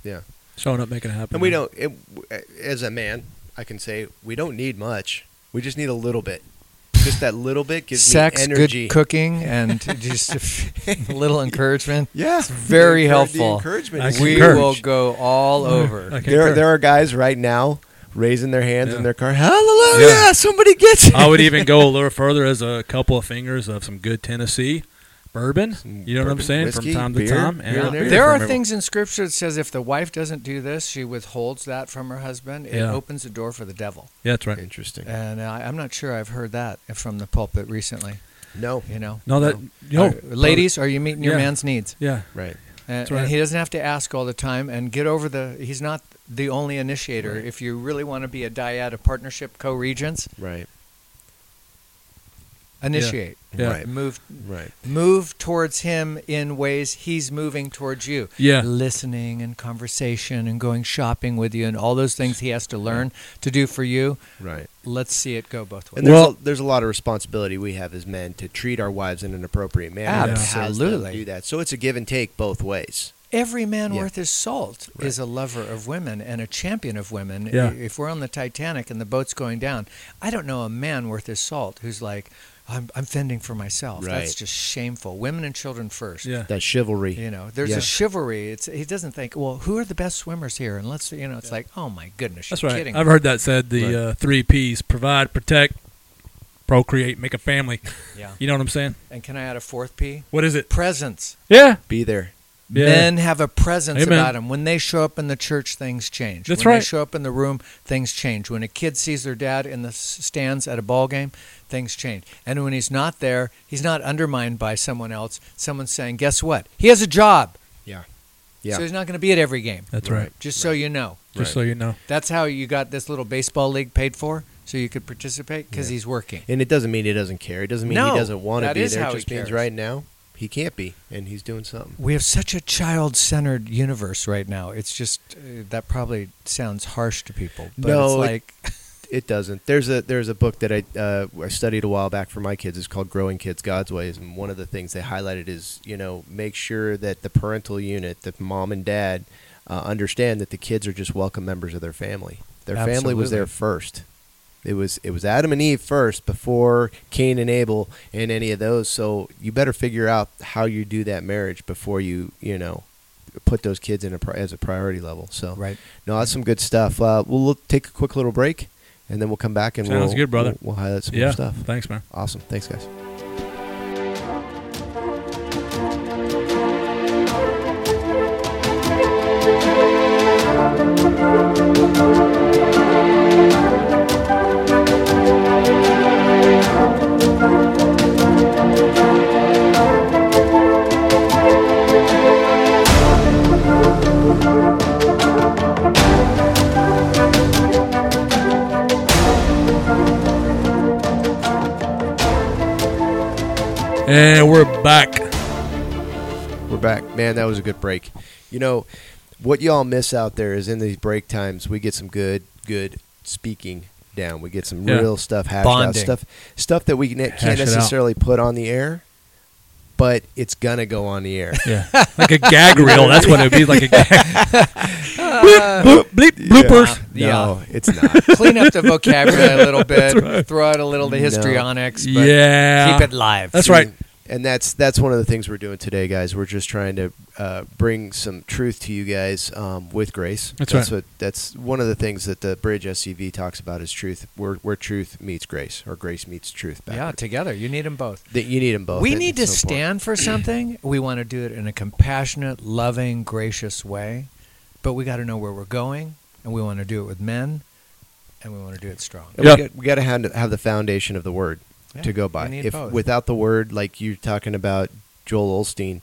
Speaker 2: Yeah.
Speaker 1: Showing up, making it happen.
Speaker 2: And we
Speaker 1: man.
Speaker 3: Mm-hmm.
Speaker 2: don't. It, as a man, I can say we don't need much. We just need a little bit. Just that little bit gives
Speaker 3: Sex,
Speaker 2: me energy.
Speaker 3: good cooking, and just a little encouragement.
Speaker 2: Yeah,
Speaker 3: It's
Speaker 2: The
Speaker 3: very
Speaker 2: encour- the
Speaker 3: helpful.
Speaker 2: encouragement
Speaker 1: I
Speaker 2: is
Speaker 3: We
Speaker 1: concur.
Speaker 3: will go all over.
Speaker 1: I can
Speaker 2: There,
Speaker 1: concur.
Speaker 2: there are guys right now raising their hands
Speaker 1: Yeah.
Speaker 2: in their car. Hallelujah! Somebody gets it.
Speaker 1: I would even go a little further as a couple of fingers of some good Tennessee bourbon. You know what I'm
Speaker 2: bourbon,
Speaker 1: saying?
Speaker 2: whiskey,
Speaker 1: from time to
Speaker 2: beer,
Speaker 1: time.
Speaker 2: here
Speaker 1: And
Speaker 2: and
Speaker 3: There are
Speaker 1: from-
Speaker 3: things in Scripture that says if the wife doesn't do this, she withholds that from her husband. It
Speaker 1: Yeah.
Speaker 3: opens the door for the devil.
Speaker 1: Yeah, that's right.
Speaker 2: Interesting.
Speaker 3: And I, I'm not sure I've heard that from the pulpit recently.
Speaker 2: No,
Speaker 3: You know,
Speaker 1: No, that
Speaker 3: Are-
Speaker 1: no,
Speaker 3: ladies, are you meeting your
Speaker 1: Yeah.
Speaker 3: man's needs?
Speaker 1: Yeah,
Speaker 2: right.
Speaker 3: And,
Speaker 1: right.
Speaker 3: and he doesn't have to ask all the time. And get over the. He's not the only initiator. If you really want to be a dyad, a partnership, co-regents,
Speaker 2: Right.
Speaker 3: initiate.
Speaker 1: Yeah.
Speaker 2: Right.
Speaker 3: Move
Speaker 2: Right.
Speaker 3: move towards him in ways he's moving towards you.
Speaker 1: Yeah.
Speaker 3: Listening and conversation and going shopping with you and all those things he has to learn to do for you.
Speaker 2: Right.
Speaker 3: Let's see it go both ways.
Speaker 2: And there's,
Speaker 1: Well-
Speaker 2: a, there's a lot of responsibility we have as men to treat our wives in an appropriate manner. that has them
Speaker 3: Absolutely.
Speaker 2: do that. So it's a give and take both ways.
Speaker 3: Every man
Speaker 2: Yeah.
Speaker 3: worth his salt
Speaker 2: Right.
Speaker 3: is a lover of women and a champion of women.
Speaker 1: Yeah.
Speaker 3: I- If we're on the Titanic and the boat's going down, I don't know a man worth his salt who's like, I'm, I'm fending for myself. That's
Speaker 2: Right.
Speaker 3: just shameful. Women and children first.
Speaker 1: yeah.
Speaker 2: That chivalry.
Speaker 3: You know, there's
Speaker 2: Yeah.
Speaker 3: a chivalry. It's he doesn't think. Well, who are the best swimmers here? And let's you know, it's like, oh my goodness,
Speaker 1: That's
Speaker 3: you're
Speaker 1: right.
Speaker 3: kidding.
Speaker 1: uh, I've heard that said. The
Speaker 2: Right.
Speaker 1: uh, three P's: provide, protect, procreate, make a family.
Speaker 3: Yeah.
Speaker 1: You know what I'm saying?
Speaker 3: And can I add a fourth P?
Speaker 1: What is it?
Speaker 3: Presence.
Speaker 1: Yeah.
Speaker 2: Be there.
Speaker 1: Yeah.
Speaker 3: Men have a presence
Speaker 1: Amen.
Speaker 3: about them. When they show up in the church, things change.
Speaker 1: That's
Speaker 3: when
Speaker 1: right.
Speaker 3: they show up in the room, things change. When a kid sees their dad in the s- stands at a ball game, things change. And when he's not there, he's not undermined by someone else. Someone saying, "Guess what? He has a job,
Speaker 2: Yeah. Yeah.
Speaker 3: so he's not going to be at every game."
Speaker 1: That's right.
Speaker 3: Just so you know,
Speaker 1: Just
Speaker 2: Right.
Speaker 1: so you know.
Speaker 3: that's how you got this little baseball league paid for, so you could participate because he's working.
Speaker 2: and it doesn't mean he doesn't care. It doesn't mean
Speaker 3: No,
Speaker 2: he doesn't want
Speaker 3: that
Speaker 2: to be
Speaker 3: is
Speaker 2: there.
Speaker 3: how
Speaker 2: It
Speaker 3: he
Speaker 2: just means
Speaker 3: cares.
Speaker 2: right now he can't be, and he's doing something.
Speaker 3: We have such a child-centered universe right now. It's just uh, that probably sounds harsh to people, but
Speaker 2: No,
Speaker 3: it's
Speaker 2: it-
Speaker 3: like
Speaker 2: It doesn't. There's a there's a book that I uh, I studied a while back for my kids. It's called Growing Kids God's Ways, and one of the things they highlighted is you know make sure that the parental unit, the mom and dad, uh, understand that the kids are just welcome members of their family. Their family was there
Speaker 3: Absolutely.
Speaker 2: first. It was it was Adam and Eve first before Cain and Abel and any of those. So you better figure out how you do that marriage before you you know put those kids in a pri- as a priority level. So
Speaker 3: Right.
Speaker 2: no, that's some good stuff. Uh, we'll look, take a quick little break, and then we'll come back and
Speaker 1: Sounds
Speaker 2: we'll,
Speaker 1: good, brother.
Speaker 2: We'll, we'll highlight some
Speaker 1: Yeah.
Speaker 2: more stuff.
Speaker 1: Thanks, man.
Speaker 2: Awesome. Thanks, guys.
Speaker 1: And we're back.
Speaker 2: We're back, man. That was a good break. You know what y'all miss out there is in these break times we get some good, good speaking down. We get some
Speaker 1: Yeah.
Speaker 2: real stuff hashed out,
Speaker 3: Bonding.
Speaker 2: stuff stuff that we ne-
Speaker 1: Hash it out.
Speaker 2: can't necessarily put on the air, but it's gonna go on the air.
Speaker 1: Yeah. Like a gag reel. That's what it'd be like a gag. Uh, Bloop, bloop, bleep, bloopers.
Speaker 3: Yeah.
Speaker 2: No, it's not.
Speaker 3: clean up the vocabulary a little bit, throw out a little of the
Speaker 2: No.
Speaker 3: histrionics, but
Speaker 1: Yeah.
Speaker 3: keep it live.
Speaker 1: That's right.
Speaker 2: and that's that's one of the things we're doing today, guys. We're just trying to uh, bring some truth to you guys um, with grace.
Speaker 1: That's right.
Speaker 2: What, that's one of the things that the Bridge SCV talks about is truth, where where truth meets grace, or grace meets truth.
Speaker 3: Yeah,
Speaker 2: Backward.
Speaker 3: together. You need them both.
Speaker 2: that you need them both.
Speaker 3: we
Speaker 2: at
Speaker 3: need to
Speaker 2: some point.
Speaker 3: stand for something. We want to do it in a compassionate, loving, gracious way, but we got to know where we're going, and we want to do it with men, and we want to do it strong.
Speaker 2: And
Speaker 1: Yeah.
Speaker 2: We, got, we got to have, have the foundation of the word
Speaker 3: Yeah,
Speaker 2: to go by.
Speaker 3: we need
Speaker 2: If
Speaker 3: both.
Speaker 2: without the word, like you're talking about Joel Olstein,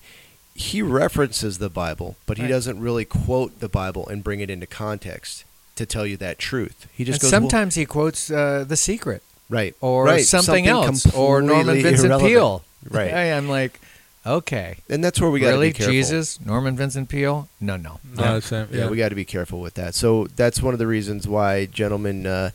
Speaker 2: he references the Bible, but
Speaker 3: Right.
Speaker 2: he doesn't really quote the Bible and bring it into context to tell you that truth. He just
Speaker 3: and
Speaker 2: goes well-
Speaker 3: sometimes he quotes uh, The Secret
Speaker 2: right
Speaker 3: or
Speaker 2: right,
Speaker 3: something, else or Norman
Speaker 2: completely
Speaker 3: Vincent
Speaker 2: irrelevant.
Speaker 3: Peale.
Speaker 2: Right.
Speaker 3: I am like, okay.
Speaker 2: and that's where we got to
Speaker 3: really?
Speaker 2: be careful.
Speaker 3: Jesus? Norman Vincent Peale? No, no.
Speaker 1: No, it's, uh,
Speaker 2: yeah, we got to be careful with that. So that's one of the reasons why gentlemen, uh,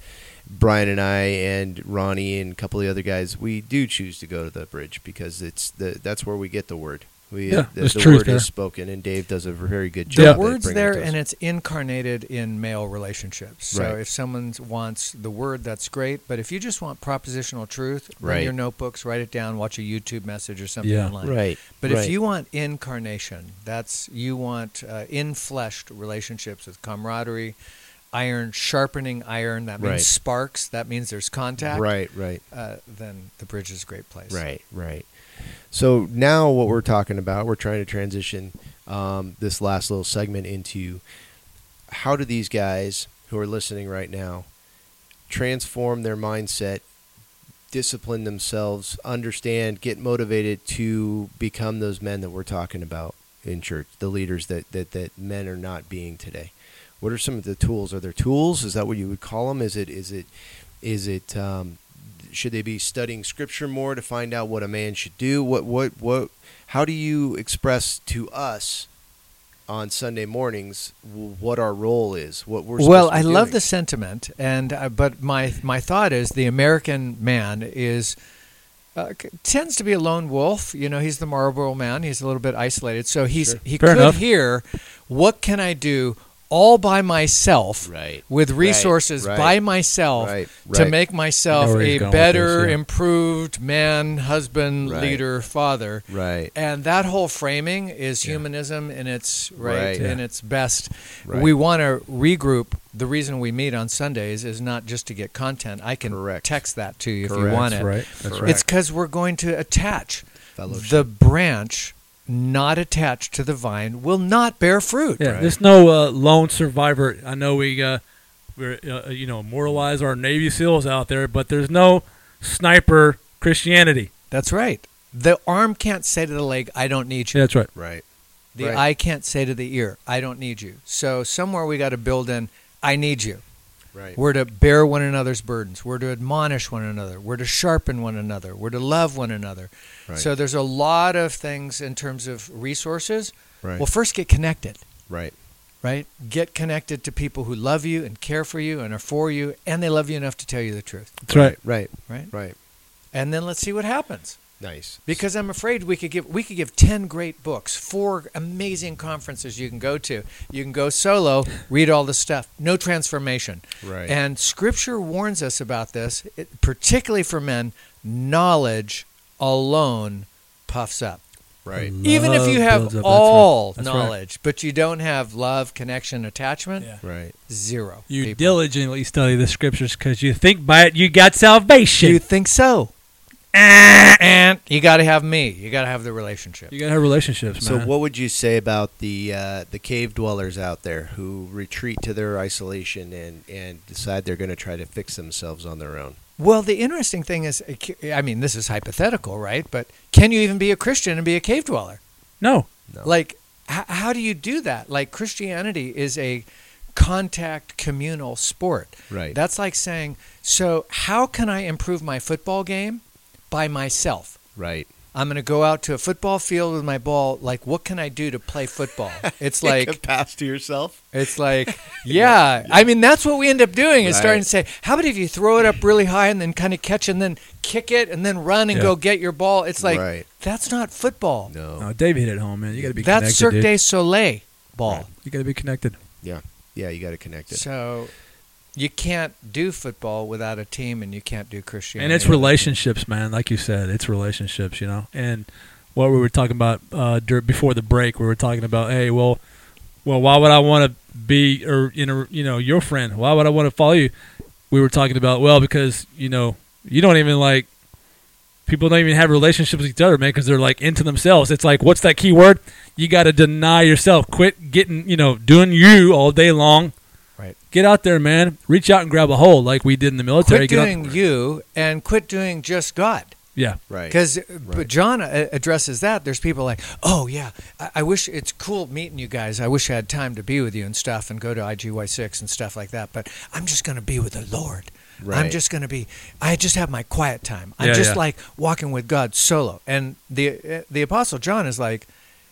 Speaker 2: Brian and I, and Ronnie and a couple of the other guys, we do choose to go to the bridge because it's the that's where we get the word. We,
Speaker 1: Yeah,
Speaker 2: the,
Speaker 1: there's
Speaker 2: the
Speaker 1: truth
Speaker 2: word
Speaker 1: there.
Speaker 2: is spoken, and Dave does a very
Speaker 1: Yeah.
Speaker 2: good job.
Speaker 3: The
Speaker 2: at
Speaker 3: word's
Speaker 2: bringing it
Speaker 3: there
Speaker 2: to us.
Speaker 3: and it's incarnated in male relationships. So
Speaker 2: Right.
Speaker 3: if someone wants the word, that's great. But if you just want propositional truth, bring
Speaker 2: Right.
Speaker 3: your notebooks, write it down, watch a YouTube message or something
Speaker 1: Yeah.
Speaker 3: online.
Speaker 2: right.
Speaker 3: But
Speaker 2: right.
Speaker 3: if you want incarnation, that's you want uh, in-fleshed relationships with camaraderie, iron sharpening iron. That means
Speaker 2: Right.
Speaker 3: sparks. That means there's contact.
Speaker 2: right, right,
Speaker 3: Uh, then the bridge is a great place.
Speaker 2: Right, right. So now what we're talking about, we're trying to transition um, this last little segment into how do these guys who are listening right now transform their mindset, discipline themselves, understand, get motivated to become those men that we're talking about in church, the leaders that, that, that men are not being today. What are some of the tools? Are there tools? Is that what you would call them? Is it is it is it um, should they be studying scripture more to find out what a man should do what what what how do you express to us on sunday mornings w- what our role is what we're
Speaker 3: well
Speaker 2: supposed to
Speaker 3: i
Speaker 2: be
Speaker 3: love
Speaker 2: doing?
Speaker 3: the sentiment and uh, but my my thought is the american man is uh, c- tends to be a lone wolf you know he's the marlboro man he's a little bit isolated so he's he
Speaker 1: Fair
Speaker 3: could
Speaker 1: enough.
Speaker 3: hear what can i do all by myself
Speaker 4: Right.
Speaker 3: with resources
Speaker 2: right,
Speaker 3: by myself
Speaker 2: right,
Speaker 3: to
Speaker 2: right.
Speaker 3: make
Speaker 1: I know
Speaker 3: myself
Speaker 1: where
Speaker 3: a
Speaker 1: he's going with
Speaker 3: better,
Speaker 1: this, yeah.
Speaker 3: improved man, husband,
Speaker 2: Right.
Speaker 3: leader, father.
Speaker 2: Right.
Speaker 3: And that whole framing is humanism in its right,
Speaker 2: Right.
Speaker 3: in
Speaker 1: Yeah.
Speaker 3: its best.
Speaker 2: Right.
Speaker 3: We want to regroup. The reason we meet on Sundays is not just to get content. I can
Speaker 2: Correct.
Speaker 3: text that to you if you
Speaker 2: Correct.
Speaker 3: want
Speaker 1: That's
Speaker 3: it.
Speaker 1: right. That's right.
Speaker 3: It's because we're going to attach.
Speaker 2: Fellowship.
Speaker 3: The branch not attached to the vine will not bear fruit.
Speaker 1: Yeah, there's no uh, lone survivor. I know we uh, we're uh, you know immortalize our Navy SEALs out there, but there's no sniper Christianity.
Speaker 3: That's right. The arm can't say to the leg, I don't need you.
Speaker 1: Yeah, that's right.
Speaker 2: Right.
Speaker 3: the
Speaker 2: right.
Speaker 3: eye can't say to the ear, I don't need you. So somewhere we got to build in, I need you.
Speaker 2: Right.
Speaker 3: We're to bear one another's burdens. We're to admonish one another. We're to sharpen one another. We're to love one another.
Speaker 2: Right.
Speaker 3: So there's a lot of things in terms of resources.
Speaker 2: Right.
Speaker 3: Well, first get connected.
Speaker 2: right.
Speaker 3: right? Get connected to people who love you and care for you and are for you, and they love you enough to tell you the truth,
Speaker 1: That's right.
Speaker 2: Right.
Speaker 3: right?
Speaker 2: Right.
Speaker 3: And then let's see what happens.
Speaker 2: Nice.
Speaker 3: Because I'm afraid we could give we could give ten great books, four amazing conferences you can go to. You can go solo, read all the stuff, no transformation.
Speaker 2: Right.
Speaker 3: And Scripture warns us about this, it, particularly for men. Knowledge alone puffs up.
Speaker 2: Right.
Speaker 3: Even if
Speaker 1: Love
Speaker 3: you
Speaker 1: builds
Speaker 3: have
Speaker 1: up. That's right.
Speaker 3: all
Speaker 1: That's right.
Speaker 3: knowledge, but you don't have love, connection, attachment,
Speaker 1: Yeah.
Speaker 2: Right.
Speaker 3: zero.
Speaker 1: You
Speaker 3: people.
Speaker 1: diligently study the scriptures because you think by it you got salvation.
Speaker 3: You
Speaker 1: You,
Speaker 3: think so? Eh, And you got to have me. You got to have the relationship.
Speaker 1: gotta have relationships,
Speaker 2: So,
Speaker 1: man.
Speaker 2: what would you say about the uh, the cave dwellers out there who retreat to their isolation and and decide they're going to try to fix themselves on their own?
Speaker 3: Well, the interesting thing is, I mean, this is hypothetical, right? But can you even be a Christian and be a cave dweller?
Speaker 1: no,
Speaker 2: No.
Speaker 3: Like, h- how do you do that? Like, Christianity is a contact communal sport.
Speaker 2: Right.
Speaker 3: That's like saying, so how can I improve my football game by myself?
Speaker 2: Right.
Speaker 3: I'm going to go out to a football field with my ball. Like, what can I do to play football? It's like
Speaker 2: pass to yourself.
Speaker 3: It's like, yeah. I mean, that's what we end up doing is starting
Speaker 2: Right.
Speaker 3: to say, how about if you throw it up really high and then kind of catch and then kick it and then run and
Speaker 1: Yeah.
Speaker 3: go get your ball? It's like,
Speaker 2: Right.
Speaker 3: that's not football.
Speaker 2: No.
Speaker 1: no, Dave hit it home, man. You gotta be
Speaker 3: That's
Speaker 1: connected,
Speaker 3: Cirque
Speaker 1: dude.
Speaker 3: du Soleil ball.
Speaker 1: You gotta be connected.
Speaker 2: Yeah. Yeah. You got to connect it.
Speaker 3: So you can't do football without a team and you can't do Christianity.
Speaker 1: and it's relationships, man. Like you said, it's relationships, you know. And what we were talking about uh, dur- before the break, we were talking about, hey, well, well, why would I want to be or you know, you know, your friend? Why would I want to follow you? We were talking about, well, because you know, you don't even like people don't even have relationships with each other, man, because they're like into themselves. It's like, what's that key word? You got to deny yourself. Quit getting, you know, doing you all day long.
Speaker 3: Right.
Speaker 1: Get out there, man. Reach out and grab a hold like we did in the military.
Speaker 3: Quit
Speaker 1: Get out-
Speaker 3: doing you and quit doing just God.
Speaker 1: yeah.
Speaker 2: Right.
Speaker 3: Because
Speaker 2: Right.
Speaker 3: John uh, addresses that. There's people like, oh yeah, I-, I wish it's cool meeting you guys. I wish I had time to be with you and stuff, and go to IGY6 and stuff like that. But I'm just going to be with the Lord. I'm
Speaker 2: Right.
Speaker 3: just going to be. I just have my quiet time. I'm
Speaker 1: Yeah,
Speaker 3: just
Speaker 1: yeah.
Speaker 3: like walking with God solo. And the uh, the Apostle John is like.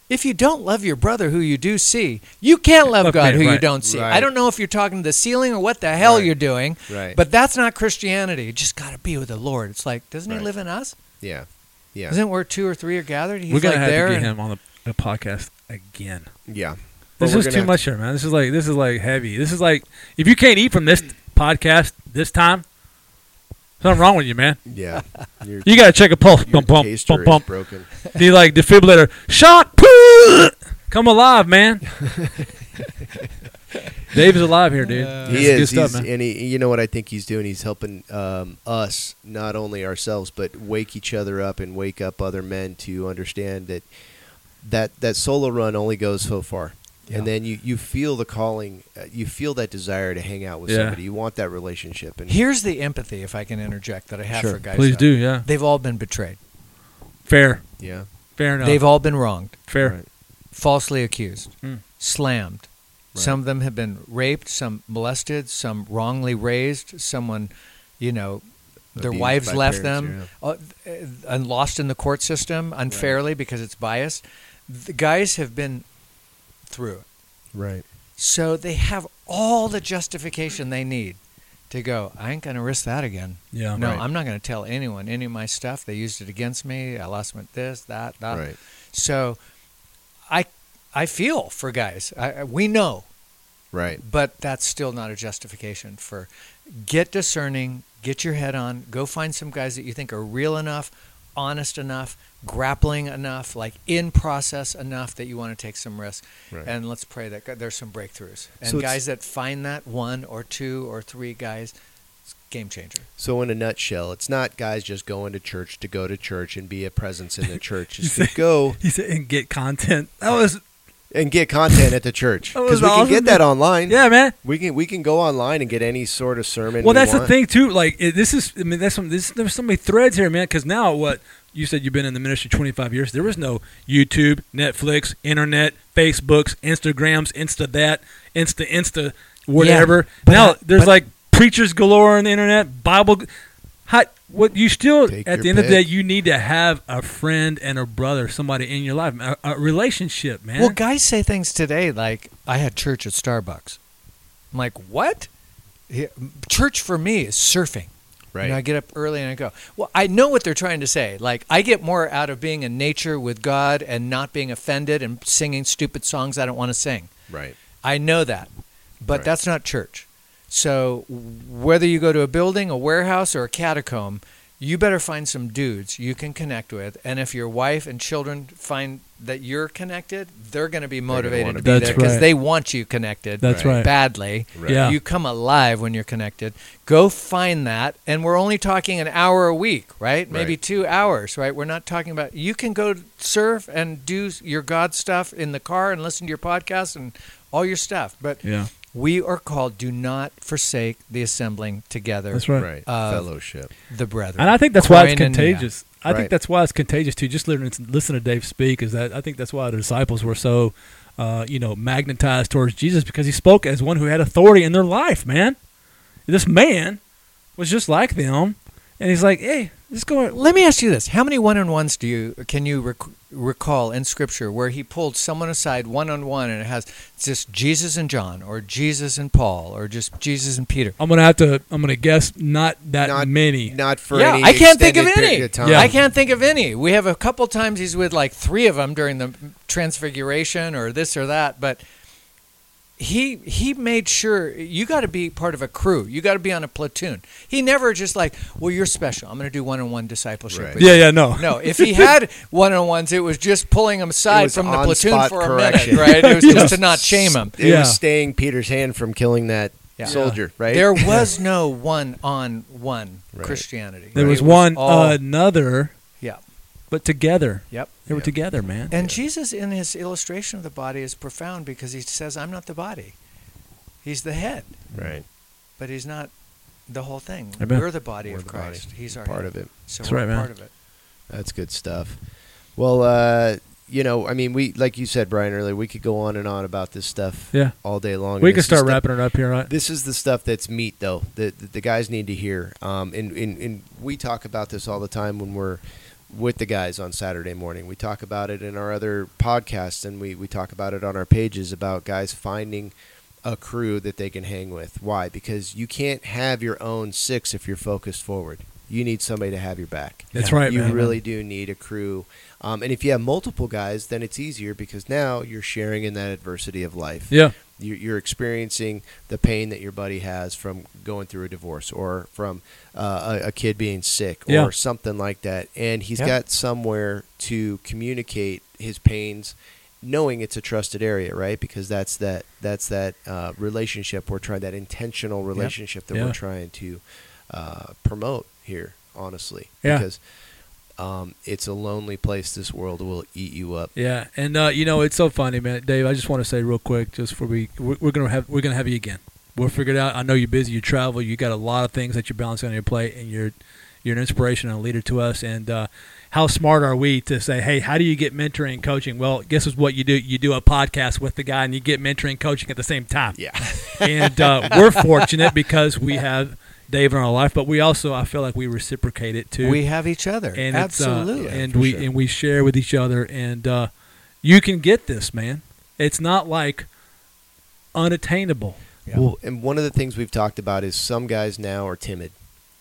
Speaker 3: If you don't love your brother who you do see, you can't love
Speaker 1: Love
Speaker 3: God
Speaker 1: me,
Speaker 3: who you
Speaker 1: right,
Speaker 3: don't see. I
Speaker 2: right.
Speaker 3: don't know if you're talking to the ceiling or what the hell
Speaker 2: Right,
Speaker 3: you're doing,
Speaker 2: right.
Speaker 3: but that's not Christianity. You just got to be with the Lord. It's like, doesn't
Speaker 2: Right.
Speaker 3: He live in us?
Speaker 2: Yeah. Yeah.
Speaker 3: Isn't where two or three are gathered? He's
Speaker 1: we're gonna
Speaker 3: like
Speaker 1: have
Speaker 3: there.
Speaker 1: to get
Speaker 3: and-
Speaker 1: him on the, the podcast again.
Speaker 2: yeah. But
Speaker 1: This
Speaker 2: we're
Speaker 1: is
Speaker 2: gonna
Speaker 1: too
Speaker 2: have
Speaker 1: much here, man. This is like this is like heavy. This is like if you can't eat from this podcast this time, something wrong with you, man.
Speaker 2: to- Yeah. Your,
Speaker 1: You gotta check a pulse.
Speaker 2: your
Speaker 1: Bump bump
Speaker 2: taster
Speaker 1: bump bump.
Speaker 2: is broken.
Speaker 1: The like defibrillator shock. Poo! Come alive, man. Dave's alive here, dude. This Uh,
Speaker 2: he
Speaker 1: good
Speaker 2: is,
Speaker 1: stuff,
Speaker 2: he's,
Speaker 1: man.
Speaker 2: and he, you know what I think he's doing? He's helping um, us, not only ourselves, but wake each other up and wake up other men to understand that that that solo run only goes so far, and then you you feel the calling, uh, you feel that desire to hang out with
Speaker 1: Yeah.
Speaker 2: somebody. You want that relationship, and
Speaker 3: Here's the empathy, if I can interject, that I have
Speaker 2: Sure.
Speaker 3: for guys.
Speaker 1: Please
Speaker 3: out
Speaker 1: do,
Speaker 3: there.
Speaker 1: yeah.
Speaker 3: They've all been betrayed.
Speaker 1: Fair,
Speaker 2: yeah,
Speaker 1: fair enough.
Speaker 3: They've all been wronged,
Speaker 1: fair.
Speaker 2: Right.
Speaker 3: falsely accused,
Speaker 1: Mm.
Speaker 3: slammed.
Speaker 2: Right.
Speaker 3: Some of them have been raped, some molested, some wrongly raised. Someone, you know, their
Speaker 2: Abused
Speaker 3: wives
Speaker 2: by
Speaker 3: left them
Speaker 2: parents,
Speaker 3: uh, and lost in the court system unfairly because it's biased. The guys have been through it.
Speaker 2: right,
Speaker 3: So they have all the justification they need to go, I ain't going to risk that again.
Speaker 1: Yeah.
Speaker 3: No,
Speaker 2: Right.
Speaker 3: I'm not going to tell anyone any of my stuff. They used it against me. I lost my this, that, that.
Speaker 2: right,
Speaker 3: So I I feel for guys. I, I- we know
Speaker 2: Right.
Speaker 3: But that's still not a justification for get discerning, get your head on, go find some guys that you think are real enough, honest enough, grappling enough, like in process enough that you want to take some risks.
Speaker 2: Right.
Speaker 3: And let's pray that God- there's some breakthroughs. And
Speaker 2: So it's-
Speaker 3: guys that find that one or two or three guys, it's game changer.
Speaker 2: So, in a nutshell, it's not guys just going to church to go to church and be a presence in the church. It's to go
Speaker 1: He said, and get content. That was,
Speaker 2: and get content at the church
Speaker 1: That was
Speaker 2: because we can
Speaker 1: awesome.
Speaker 2: get that online.
Speaker 1: yeah, man.
Speaker 2: we can we can go online and get any sort of sermon.
Speaker 1: Well,
Speaker 2: we
Speaker 1: that's the
Speaker 2: want.
Speaker 1: thing too. Like it, this is, I mean, that's some. This, there's so many threads here, man. Because now, what you said, you've been in the ministry 25 years. There was no YouTube, Netflix, internet, Facebooks, Instagrams, Insta that, Insta Insta, whatever.
Speaker 3: but
Speaker 1: now
Speaker 3: I-
Speaker 1: there's
Speaker 3: but-
Speaker 1: like preachers galore on the internet, Bible. How, what you still
Speaker 2: Take
Speaker 1: at
Speaker 2: your
Speaker 1: the end of the day,
Speaker 2: pick.
Speaker 1: you need to have a friend and a brother, somebody in your life, a, a relationship, man.
Speaker 3: Well, guys say things today like, I had church at Starbucks. I'm like, what? Yeah, Church for me is surfing. You
Speaker 2: right?
Speaker 3: know, I get up early and I go. Well, I know what they're trying to say. Like, I get more out of being in nature with God and not being offended and singing stupid songs I don't want to sing.
Speaker 2: right.
Speaker 3: I know that, but
Speaker 2: Right.
Speaker 3: that's not church. So, whether you go to a building, a warehouse, or a catacomb, you better find some dudes you can connect with. And if your wife and children find that you're connected, they're going to be motivated
Speaker 2: wanna
Speaker 3: to
Speaker 2: be
Speaker 3: be
Speaker 1: That's
Speaker 3: there because
Speaker 1: right.
Speaker 3: they want you connected
Speaker 1: That's right.
Speaker 3: badly.
Speaker 2: Right.
Speaker 1: Yeah.
Speaker 3: You come alive when you're connected. Go find that. And we're only talking an hour a week, right? Maybe
Speaker 2: Right.
Speaker 3: two hours, right? We're not talking about, you can go surf and do your God stuff in the car and listen to your podcast and all your stuff. But
Speaker 1: yeah,
Speaker 3: we are called, do not forsake the assembling together,
Speaker 1: that's right.
Speaker 2: Right.
Speaker 3: Uh,
Speaker 2: Fellowship.
Speaker 3: the brethren.
Speaker 1: And I think that's why it's
Speaker 3: Koinonia.
Speaker 1: contagious. I think
Speaker 2: Right.
Speaker 1: that's why it's contagious too. Just listen, listen to Dave speak is that I think that's why the disciples were so, uh, you know, magnetized towards Jesus because he spoke as one who had authority in their life. Man, this man was just like them, and he's like, hey, let's go.
Speaker 3: Let me ask you this: How many one-on-ones do you can you rec- recall in Scripture where he pulled someone aside one-on-one and it has just Jesus and John, or Jesus and Paul, or just Jesus and Peter?
Speaker 1: I'm gonna have to. I'm gonna guess not that
Speaker 2: Not
Speaker 1: many.
Speaker 2: Not for
Speaker 3: yeah,
Speaker 2: any
Speaker 3: I can't think of
Speaker 2: extended period
Speaker 3: any.
Speaker 2: Of time.
Speaker 1: Yeah.
Speaker 3: I can't think of any. We have a couple times he's with like three of them during the transfiguration or this or that, but he he made sure you got to be part of a crew. You got to be on a platoon. He never just like, well, you're special. I'm going to do one-on-one discipleship.
Speaker 2: Right.
Speaker 3: with you."
Speaker 1: yeah, yeah, no,
Speaker 3: No, if he had one on ones, it was just pulling him
Speaker 2: It
Speaker 3: aside
Speaker 2: was
Speaker 3: from the platoon
Speaker 2: on-spot
Speaker 3: for a
Speaker 2: correction.
Speaker 3: minute, right? It was
Speaker 1: Yes.
Speaker 3: just to not shame him.
Speaker 2: It
Speaker 1: Yeah.
Speaker 2: was staying Peter's hand from killing that
Speaker 3: Yeah.
Speaker 2: soldier. Right.
Speaker 3: There was no one on one
Speaker 2: Right.
Speaker 3: Christianity.
Speaker 1: there
Speaker 3: It
Speaker 1: was one
Speaker 3: all-
Speaker 1: another,
Speaker 3: yeah.
Speaker 1: but together
Speaker 3: Yep.
Speaker 1: they were
Speaker 2: Yeah.
Speaker 1: together, man.
Speaker 3: And Jesus, in his illustration of the body, is profound because he says, "I'm not the body; he's the head,
Speaker 2: Right.
Speaker 3: but he's not the whole thing.
Speaker 1: Amen.
Speaker 3: We're the body
Speaker 2: We're
Speaker 3: of
Speaker 2: the body.
Speaker 3: Christ. He's our
Speaker 2: Part
Speaker 3: head.
Speaker 2: of it.
Speaker 3: So
Speaker 1: That's
Speaker 3: we're
Speaker 1: right, man.
Speaker 3: part of it.
Speaker 2: That's good stuff. Well, uh, you know, I mean, we like you said, Brian, earlier, we could go on and on about this stuff
Speaker 1: Yeah.
Speaker 2: all day
Speaker 1: we
Speaker 2: long. And
Speaker 1: can
Speaker 2: this is
Speaker 1: start
Speaker 2: stuff-
Speaker 1: wrapping it up here, right?
Speaker 2: This is the stuff that's meat, though. That that the guys need to hear. Um, and, and and we talk about this all the time when we're with the guys on Saturday morning. We talk about it in our other podcasts, and we we talk about it on our pages about guys finding a crew that they can hang with. Why? Because you can't have your own six if you're focused forward. You need somebody to have your back.
Speaker 1: That's right,
Speaker 2: You
Speaker 1: man.
Speaker 2: really do need a crew. Um, and if you have multiple guys, then it's easier because now you're sharing in that adversity of life
Speaker 1: Yeah,
Speaker 2: you- you're experiencing the pain that your buddy has from going through a divorce or from uh, a, a kid being sick or
Speaker 1: Yeah.
Speaker 2: something like that. And he's
Speaker 3: Yeah.
Speaker 2: got somewhere to communicate his pains, knowing it's a trusted area, right? Because that's that that's that uh, relationship we're trying that intentional relationship that
Speaker 1: Yeah.
Speaker 2: we're trying to uh, promote here. Honestly,
Speaker 1: Yeah.
Speaker 2: because um, it's a lonely place. This world will eat you up.
Speaker 1: Yeah, and uh, you know it's so funny, man. Dave, I just want to say real quick, just for we we're, we're gonna have we're gonna have you again. We'll figure it out. I know you're busy. You travel. You got a lot of things that you're balancing on your plate, and you're you're an inspiration and a leader to us. And uh, how smart are we to say, hey, how do you get mentoring and coaching? Well, guess is what you do. You do a podcast with the guy, and you get mentoring and coaching at the same time
Speaker 2: Yeah,
Speaker 1: and uh, we're fortunate because we have Dave in our life, but we also I feel like we reciprocate it too.
Speaker 3: We have each other.
Speaker 1: and it's, uh,
Speaker 3: Absolutely.
Speaker 2: Yeah,
Speaker 1: and
Speaker 2: for
Speaker 1: we
Speaker 2: sure.
Speaker 1: and we share with each other, and uh, you can get this, man. It's not like unattainable.
Speaker 3: Yeah.
Speaker 2: Well, and one of the things we've talked about is some guys now are timid.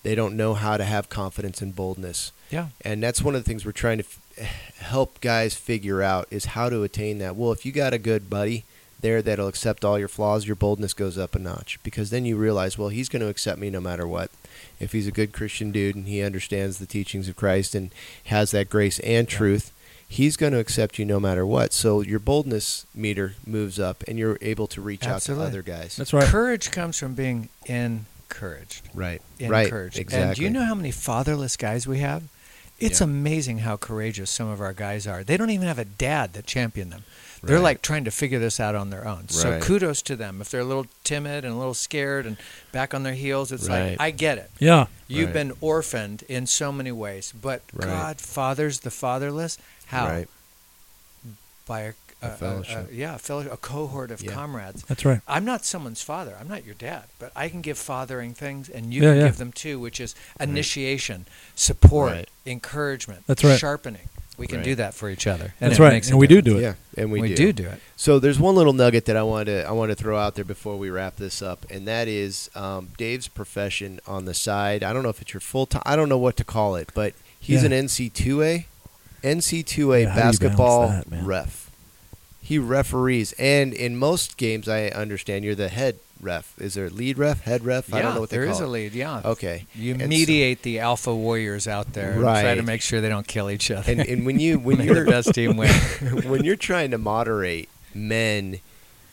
Speaker 2: They don't know how to have confidence and boldness.
Speaker 3: yeah.
Speaker 2: And that's one of the things we're eh, trying to f- help guys figure out is how to attain that. Well, if you got a good buddy there that'll accept all your flaws, your boldness goes up a notch because then you realize, well, he's going to accept me no matter what. If he's a good Christian dude and he understands the teachings of Christ and has that grace and truth, he's going to accept you no matter what. So your boldness meter moves up and you're able to reach
Speaker 3: Absolutely.
Speaker 2: out to other guys.
Speaker 1: That's right.
Speaker 3: Courage comes from being encouraged.
Speaker 2: right. Right.
Speaker 3: Encouraged.
Speaker 2: Exactly.
Speaker 3: And do you know how many fatherless guys we have? It's
Speaker 2: Yeah.
Speaker 3: amazing how courageous some of our guys are. They don't even have a dad to champion them. They're
Speaker 2: Right.
Speaker 3: like trying to figure this out on their own. So
Speaker 2: Right.
Speaker 3: kudos to them. If they're a little timid and a little scared and back on their heels, it's
Speaker 2: Right.
Speaker 3: like, I get it.
Speaker 1: Yeah.
Speaker 3: You've
Speaker 2: Right.
Speaker 3: been orphaned in so many ways, but
Speaker 2: Right.
Speaker 3: God fathers the fatherless. How?
Speaker 2: Right.
Speaker 3: By a,
Speaker 2: A fellowship.
Speaker 3: yeah, a, fellow, a cohort of
Speaker 2: Yeah.
Speaker 3: comrades.
Speaker 1: That's right.
Speaker 3: I'm not someone's father. I'm not your dad, but I can give fathering things, and you
Speaker 1: Yeah,
Speaker 3: can
Speaker 1: yeah.
Speaker 3: give them too, which is initiation, support,
Speaker 2: Right.
Speaker 3: encouragement.
Speaker 1: That's right.
Speaker 3: Sharpening. We can
Speaker 2: Right.
Speaker 3: do that for each other.
Speaker 1: That's
Speaker 3: it
Speaker 1: right.
Speaker 3: makes a
Speaker 1: And we do
Speaker 3: difference.
Speaker 1: do it.
Speaker 2: Yeah. And we,
Speaker 3: We, do do it.
Speaker 2: So there's one little nugget that I want to I want to throw out there before we wrap this up, and that is um, Dave's profession on the side. I don't know if it's your full time. I don't know what to call it, but he's
Speaker 1: Yeah.
Speaker 2: an NC2A, NC2A
Speaker 1: Yeah, how do you balance
Speaker 2: basketball
Speaker 1: that, man?
Speaker 2: ref. He referees, and in most games, I understand you're the head ref. Is there a lead ref, head ref? I
Speaker 3: yeah,
Speaker 2: don't know what they
Speaker 3: there
Speaker 2: call
Speaker 3: is
Speaker 2: it.
Speaker 3: a lead. Yeah.
Speaker 2: Okay,
Speaker 3: You
Speaker 2: And so-
Speaker 3: mediate the alpha warriors out there. And try
Speaker 2: Right.
Speaker 3: to make sure they don't kill each other.
Speaker 2: and, and when you when
Speaker 3: May
Speaker 2: you're
Speaker 3: the best team win.
Speaker 2: when you're trying to moderate men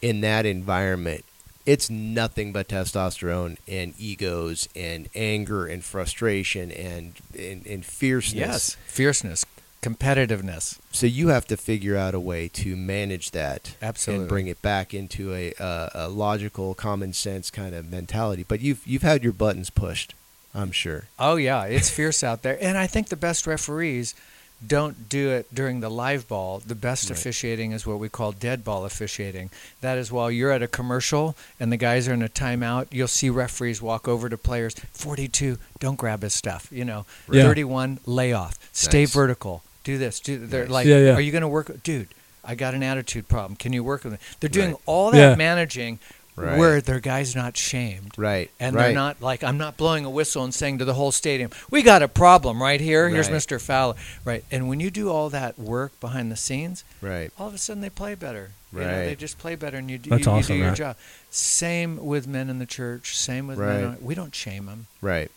Speaker 2: in that environment, it's nothing but testosterone and egos and anger and frustration and and, and fierceness.
Speaker 3: yes, fierceness, competitiveness.
Speaker 2: So you have to figure out a way to manage that
Speaker 3: Absolutely.
Speaker 2: and bring it back into a, a, a logical, common sense kind of mentality. But you've you've had your buttons pushed, I'm sure.
Speaker 3: Oh yeah, it's fierce out there, and I think the best referees don't do it during the live ball. The best
Speaker 2: Right.
Speaker 3: officiating is what we call dead ball officiating. That is while you're at a commercial and the guys are in a timeout, you'll see referees walk over to players. Forty-two, don't grab his stuff. You know,
Speaker 1: Yeah.
Speaker 3: thirty-one, lay off, stay
Speaker 2: Nice.
Speaker 3: vertical, do this. Do they're
Speaker 2: Nice.
Speaker 3: like,
Speaker 1: Yeah, yeah.
Speaker 3: are you going to work, dude? I got an attitude problem. Can you work with me? They're doing
Speaker 2: Right.
Speaker 3: all that
Speaker 1: Yeah.
Speaker 3: managing
Speaker 2: Right.
Speaker 3: where their guy's not shamed
Speaker 2: Right.
Speaker 3: and
Speaker 2: right.
Speaker 3: they're not like I'm not blowing a whistle and saying to the whole stadium, "We got a problem right here. Here's
Speaker 2: Right.
Speaker 3: Mr. Fowler." Right, and when you do all that work behind the scenes,
Speaker 2: right.
Speaker 3: all of a sudden they play better. You know,
Speaker 2: Right.
Speaker 3: they just play better, and you do,
Speaker 1: That's
Speaker 3: you, you
Speaker 1: awesome,
Speaker 3: do your
Speaker 1: man.
Speaker 3: job. Same with men in the church. Same with men.
Speaker 2: Right.
Speaker 3: on- We don't shame them.
Speaker 2: Right.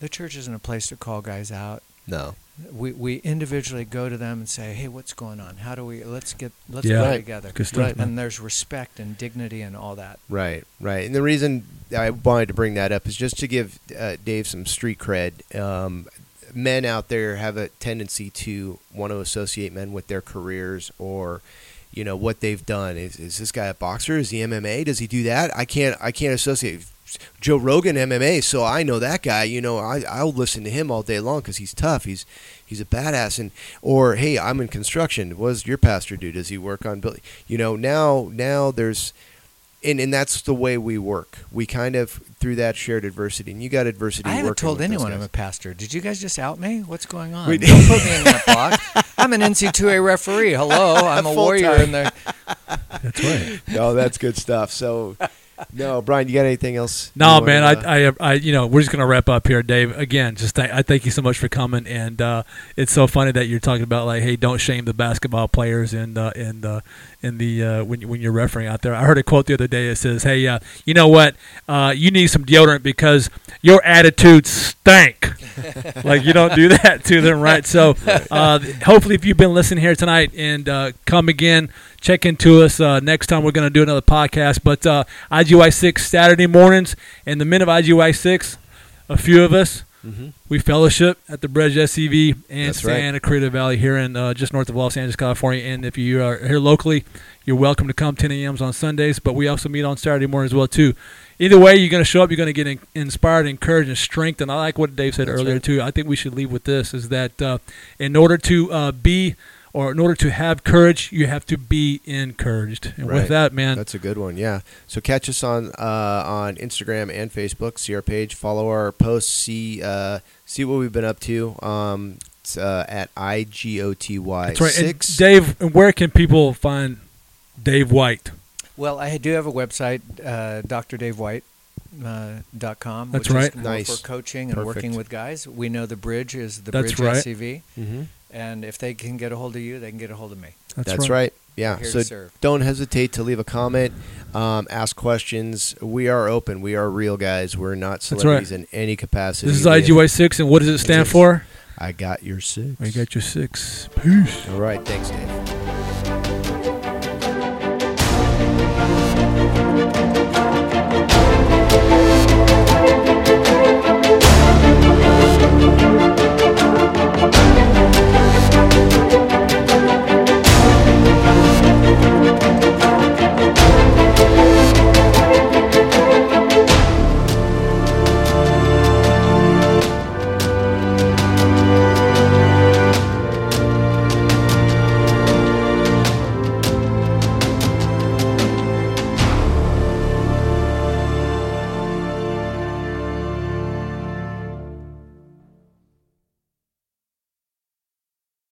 Speaker 3: The church isn't a place to call guys out.
Speaker 2: No.
Speaker 3: We, we individually go to them and say, "Hey, what's going on? How do we let's get let's
Speaker 1: Yeah.
Speaker 3: play
Speaker 1: Right.
Speaker 3: together?"
Speaker 1: Good stuff, man.
Speaker 3: and there's respect and dignity and all that.
Speaker 2: Right, right. And the reason I wanted to bring that up is just to give uh, Dave some street cred. Um, men out there have a tendency to want to associate men with their careers or you know what they've done is, is this guy a boxer is he mma does he do that i can't i can't associate joe rogan mma so i know that guy you know I, i'll listen to him all day long because he's tough he's he's a badass and or hey i'm in construction what does your pastor do does he work on building you know now now there's and, and that's the way we work. We kind of through that shared adversity, and you got adversity.
Speaker 3: I haven't
Speaker 2: working
Speaker 3: told
Speaker 2: with those
Speaker 3: anyone I'm
Speaker 2: guys.
Speaker 3: a pastor. Did you guys just out me? What's going on?
Speaker 1: We-
Speaker 3: Don't put me in that box. I'm an NC2A referee. Hello, I'm a warrior in the.
Speaker 1: That's right.
Speaker 2: no, Oh, that's good stuff. So, no, Brian, you uh, got anything else?
Speaker 1: No, man, I, I, I, you know, we're just gonna wrap up here, Dave. Again, just thank, I thank you so much for coming, and uh, it's so funny that you're talking about like, hey, don't shame the basketball players and uh, and uh, in the uh, when you, when you're refereeing out there. I heard a quote the other day that says, hey, uh, you know what, uh, you need some deodorant because your attitude stank. like you don't do that to them, right? So, uh, hopefully, if you've been listening here tonight and uh, come again, check into us uh, next time. We're going to do another podcast, but uh, IGY six Saturday mornings and the men of IGY six, a few of us,
Speaker 2: mm-hmm.
Speaker 1: we fellowship at the Bridge SCV in
Speaker 2: That's right.
Speaker 1: Santa Cruz Valley here in uh, just north of Los Angeles, California. And if you are here locally, you're welcome to come 10 a.m. on Sundays, but we also meet on Saturday morning as well too. Either way, you're going to show up. You're going to get in- inspired, encouraged, and strengthened. I like what Dave said
Speaker 2: That's
Speaker 1: earlier
Speaker 2: right.
Speaker 1: too. I think we should leave with this: is that uh, in order to uh, be or in order to have courage, you have to be encouraged. And
Speaker 2: Right.
Speaker 1: with that, man,
Speaker 2: That's a good one. Yeah. So catch us on uh, on Instagram and Facebook. See our page. Follow our posts. See uh, see what we've been up to. Um, it's, uh, at I G O T Y
Speaker 1: that's right. And
Speaker 2: six.
Speaker 1: Dave, and where can people find Dave White?
Speaker 3: Well, I do have a website, uh, drdavewhite.com, uh, .com,
Speaker 1: That's
Speaker 3: which
Speaker 1: right.
Speaker 3: is more
Speaker 2: Nice.
Speaker 3: for coaching and working
Speaker 2: Perfect.
Speaker 3: with guys. We know the bridge is the
Speaker 1: That's
Speaker 3: bridge
Speaker 1: right.
Speaker 3: SCV,
Speaker 2: mm-hmm.
Speaker 3: and if they can get a hold of you, they can get a hold of me.
Speaker 2: That's, right. Yeah.
Speaker 3: We're here
Speaker 2: so
Speaker 3: to serve.
Speaker 2: don't hesitate to leave a comment, um, ask questions. We are open. We are real guys. We're not
Speaker 1: right.
Speaker 2: celebrities in any capacity.
Speaker 1: This is
Speaker 2: We-
Speaker 1: IGY6, and what does it stand
Speaker 2: Six.
Speaker 1: for?
Speaker 2: I got your six.
Speaker 1: I got your six. Peace.
Speaker 2: All right. Thanks, Dave.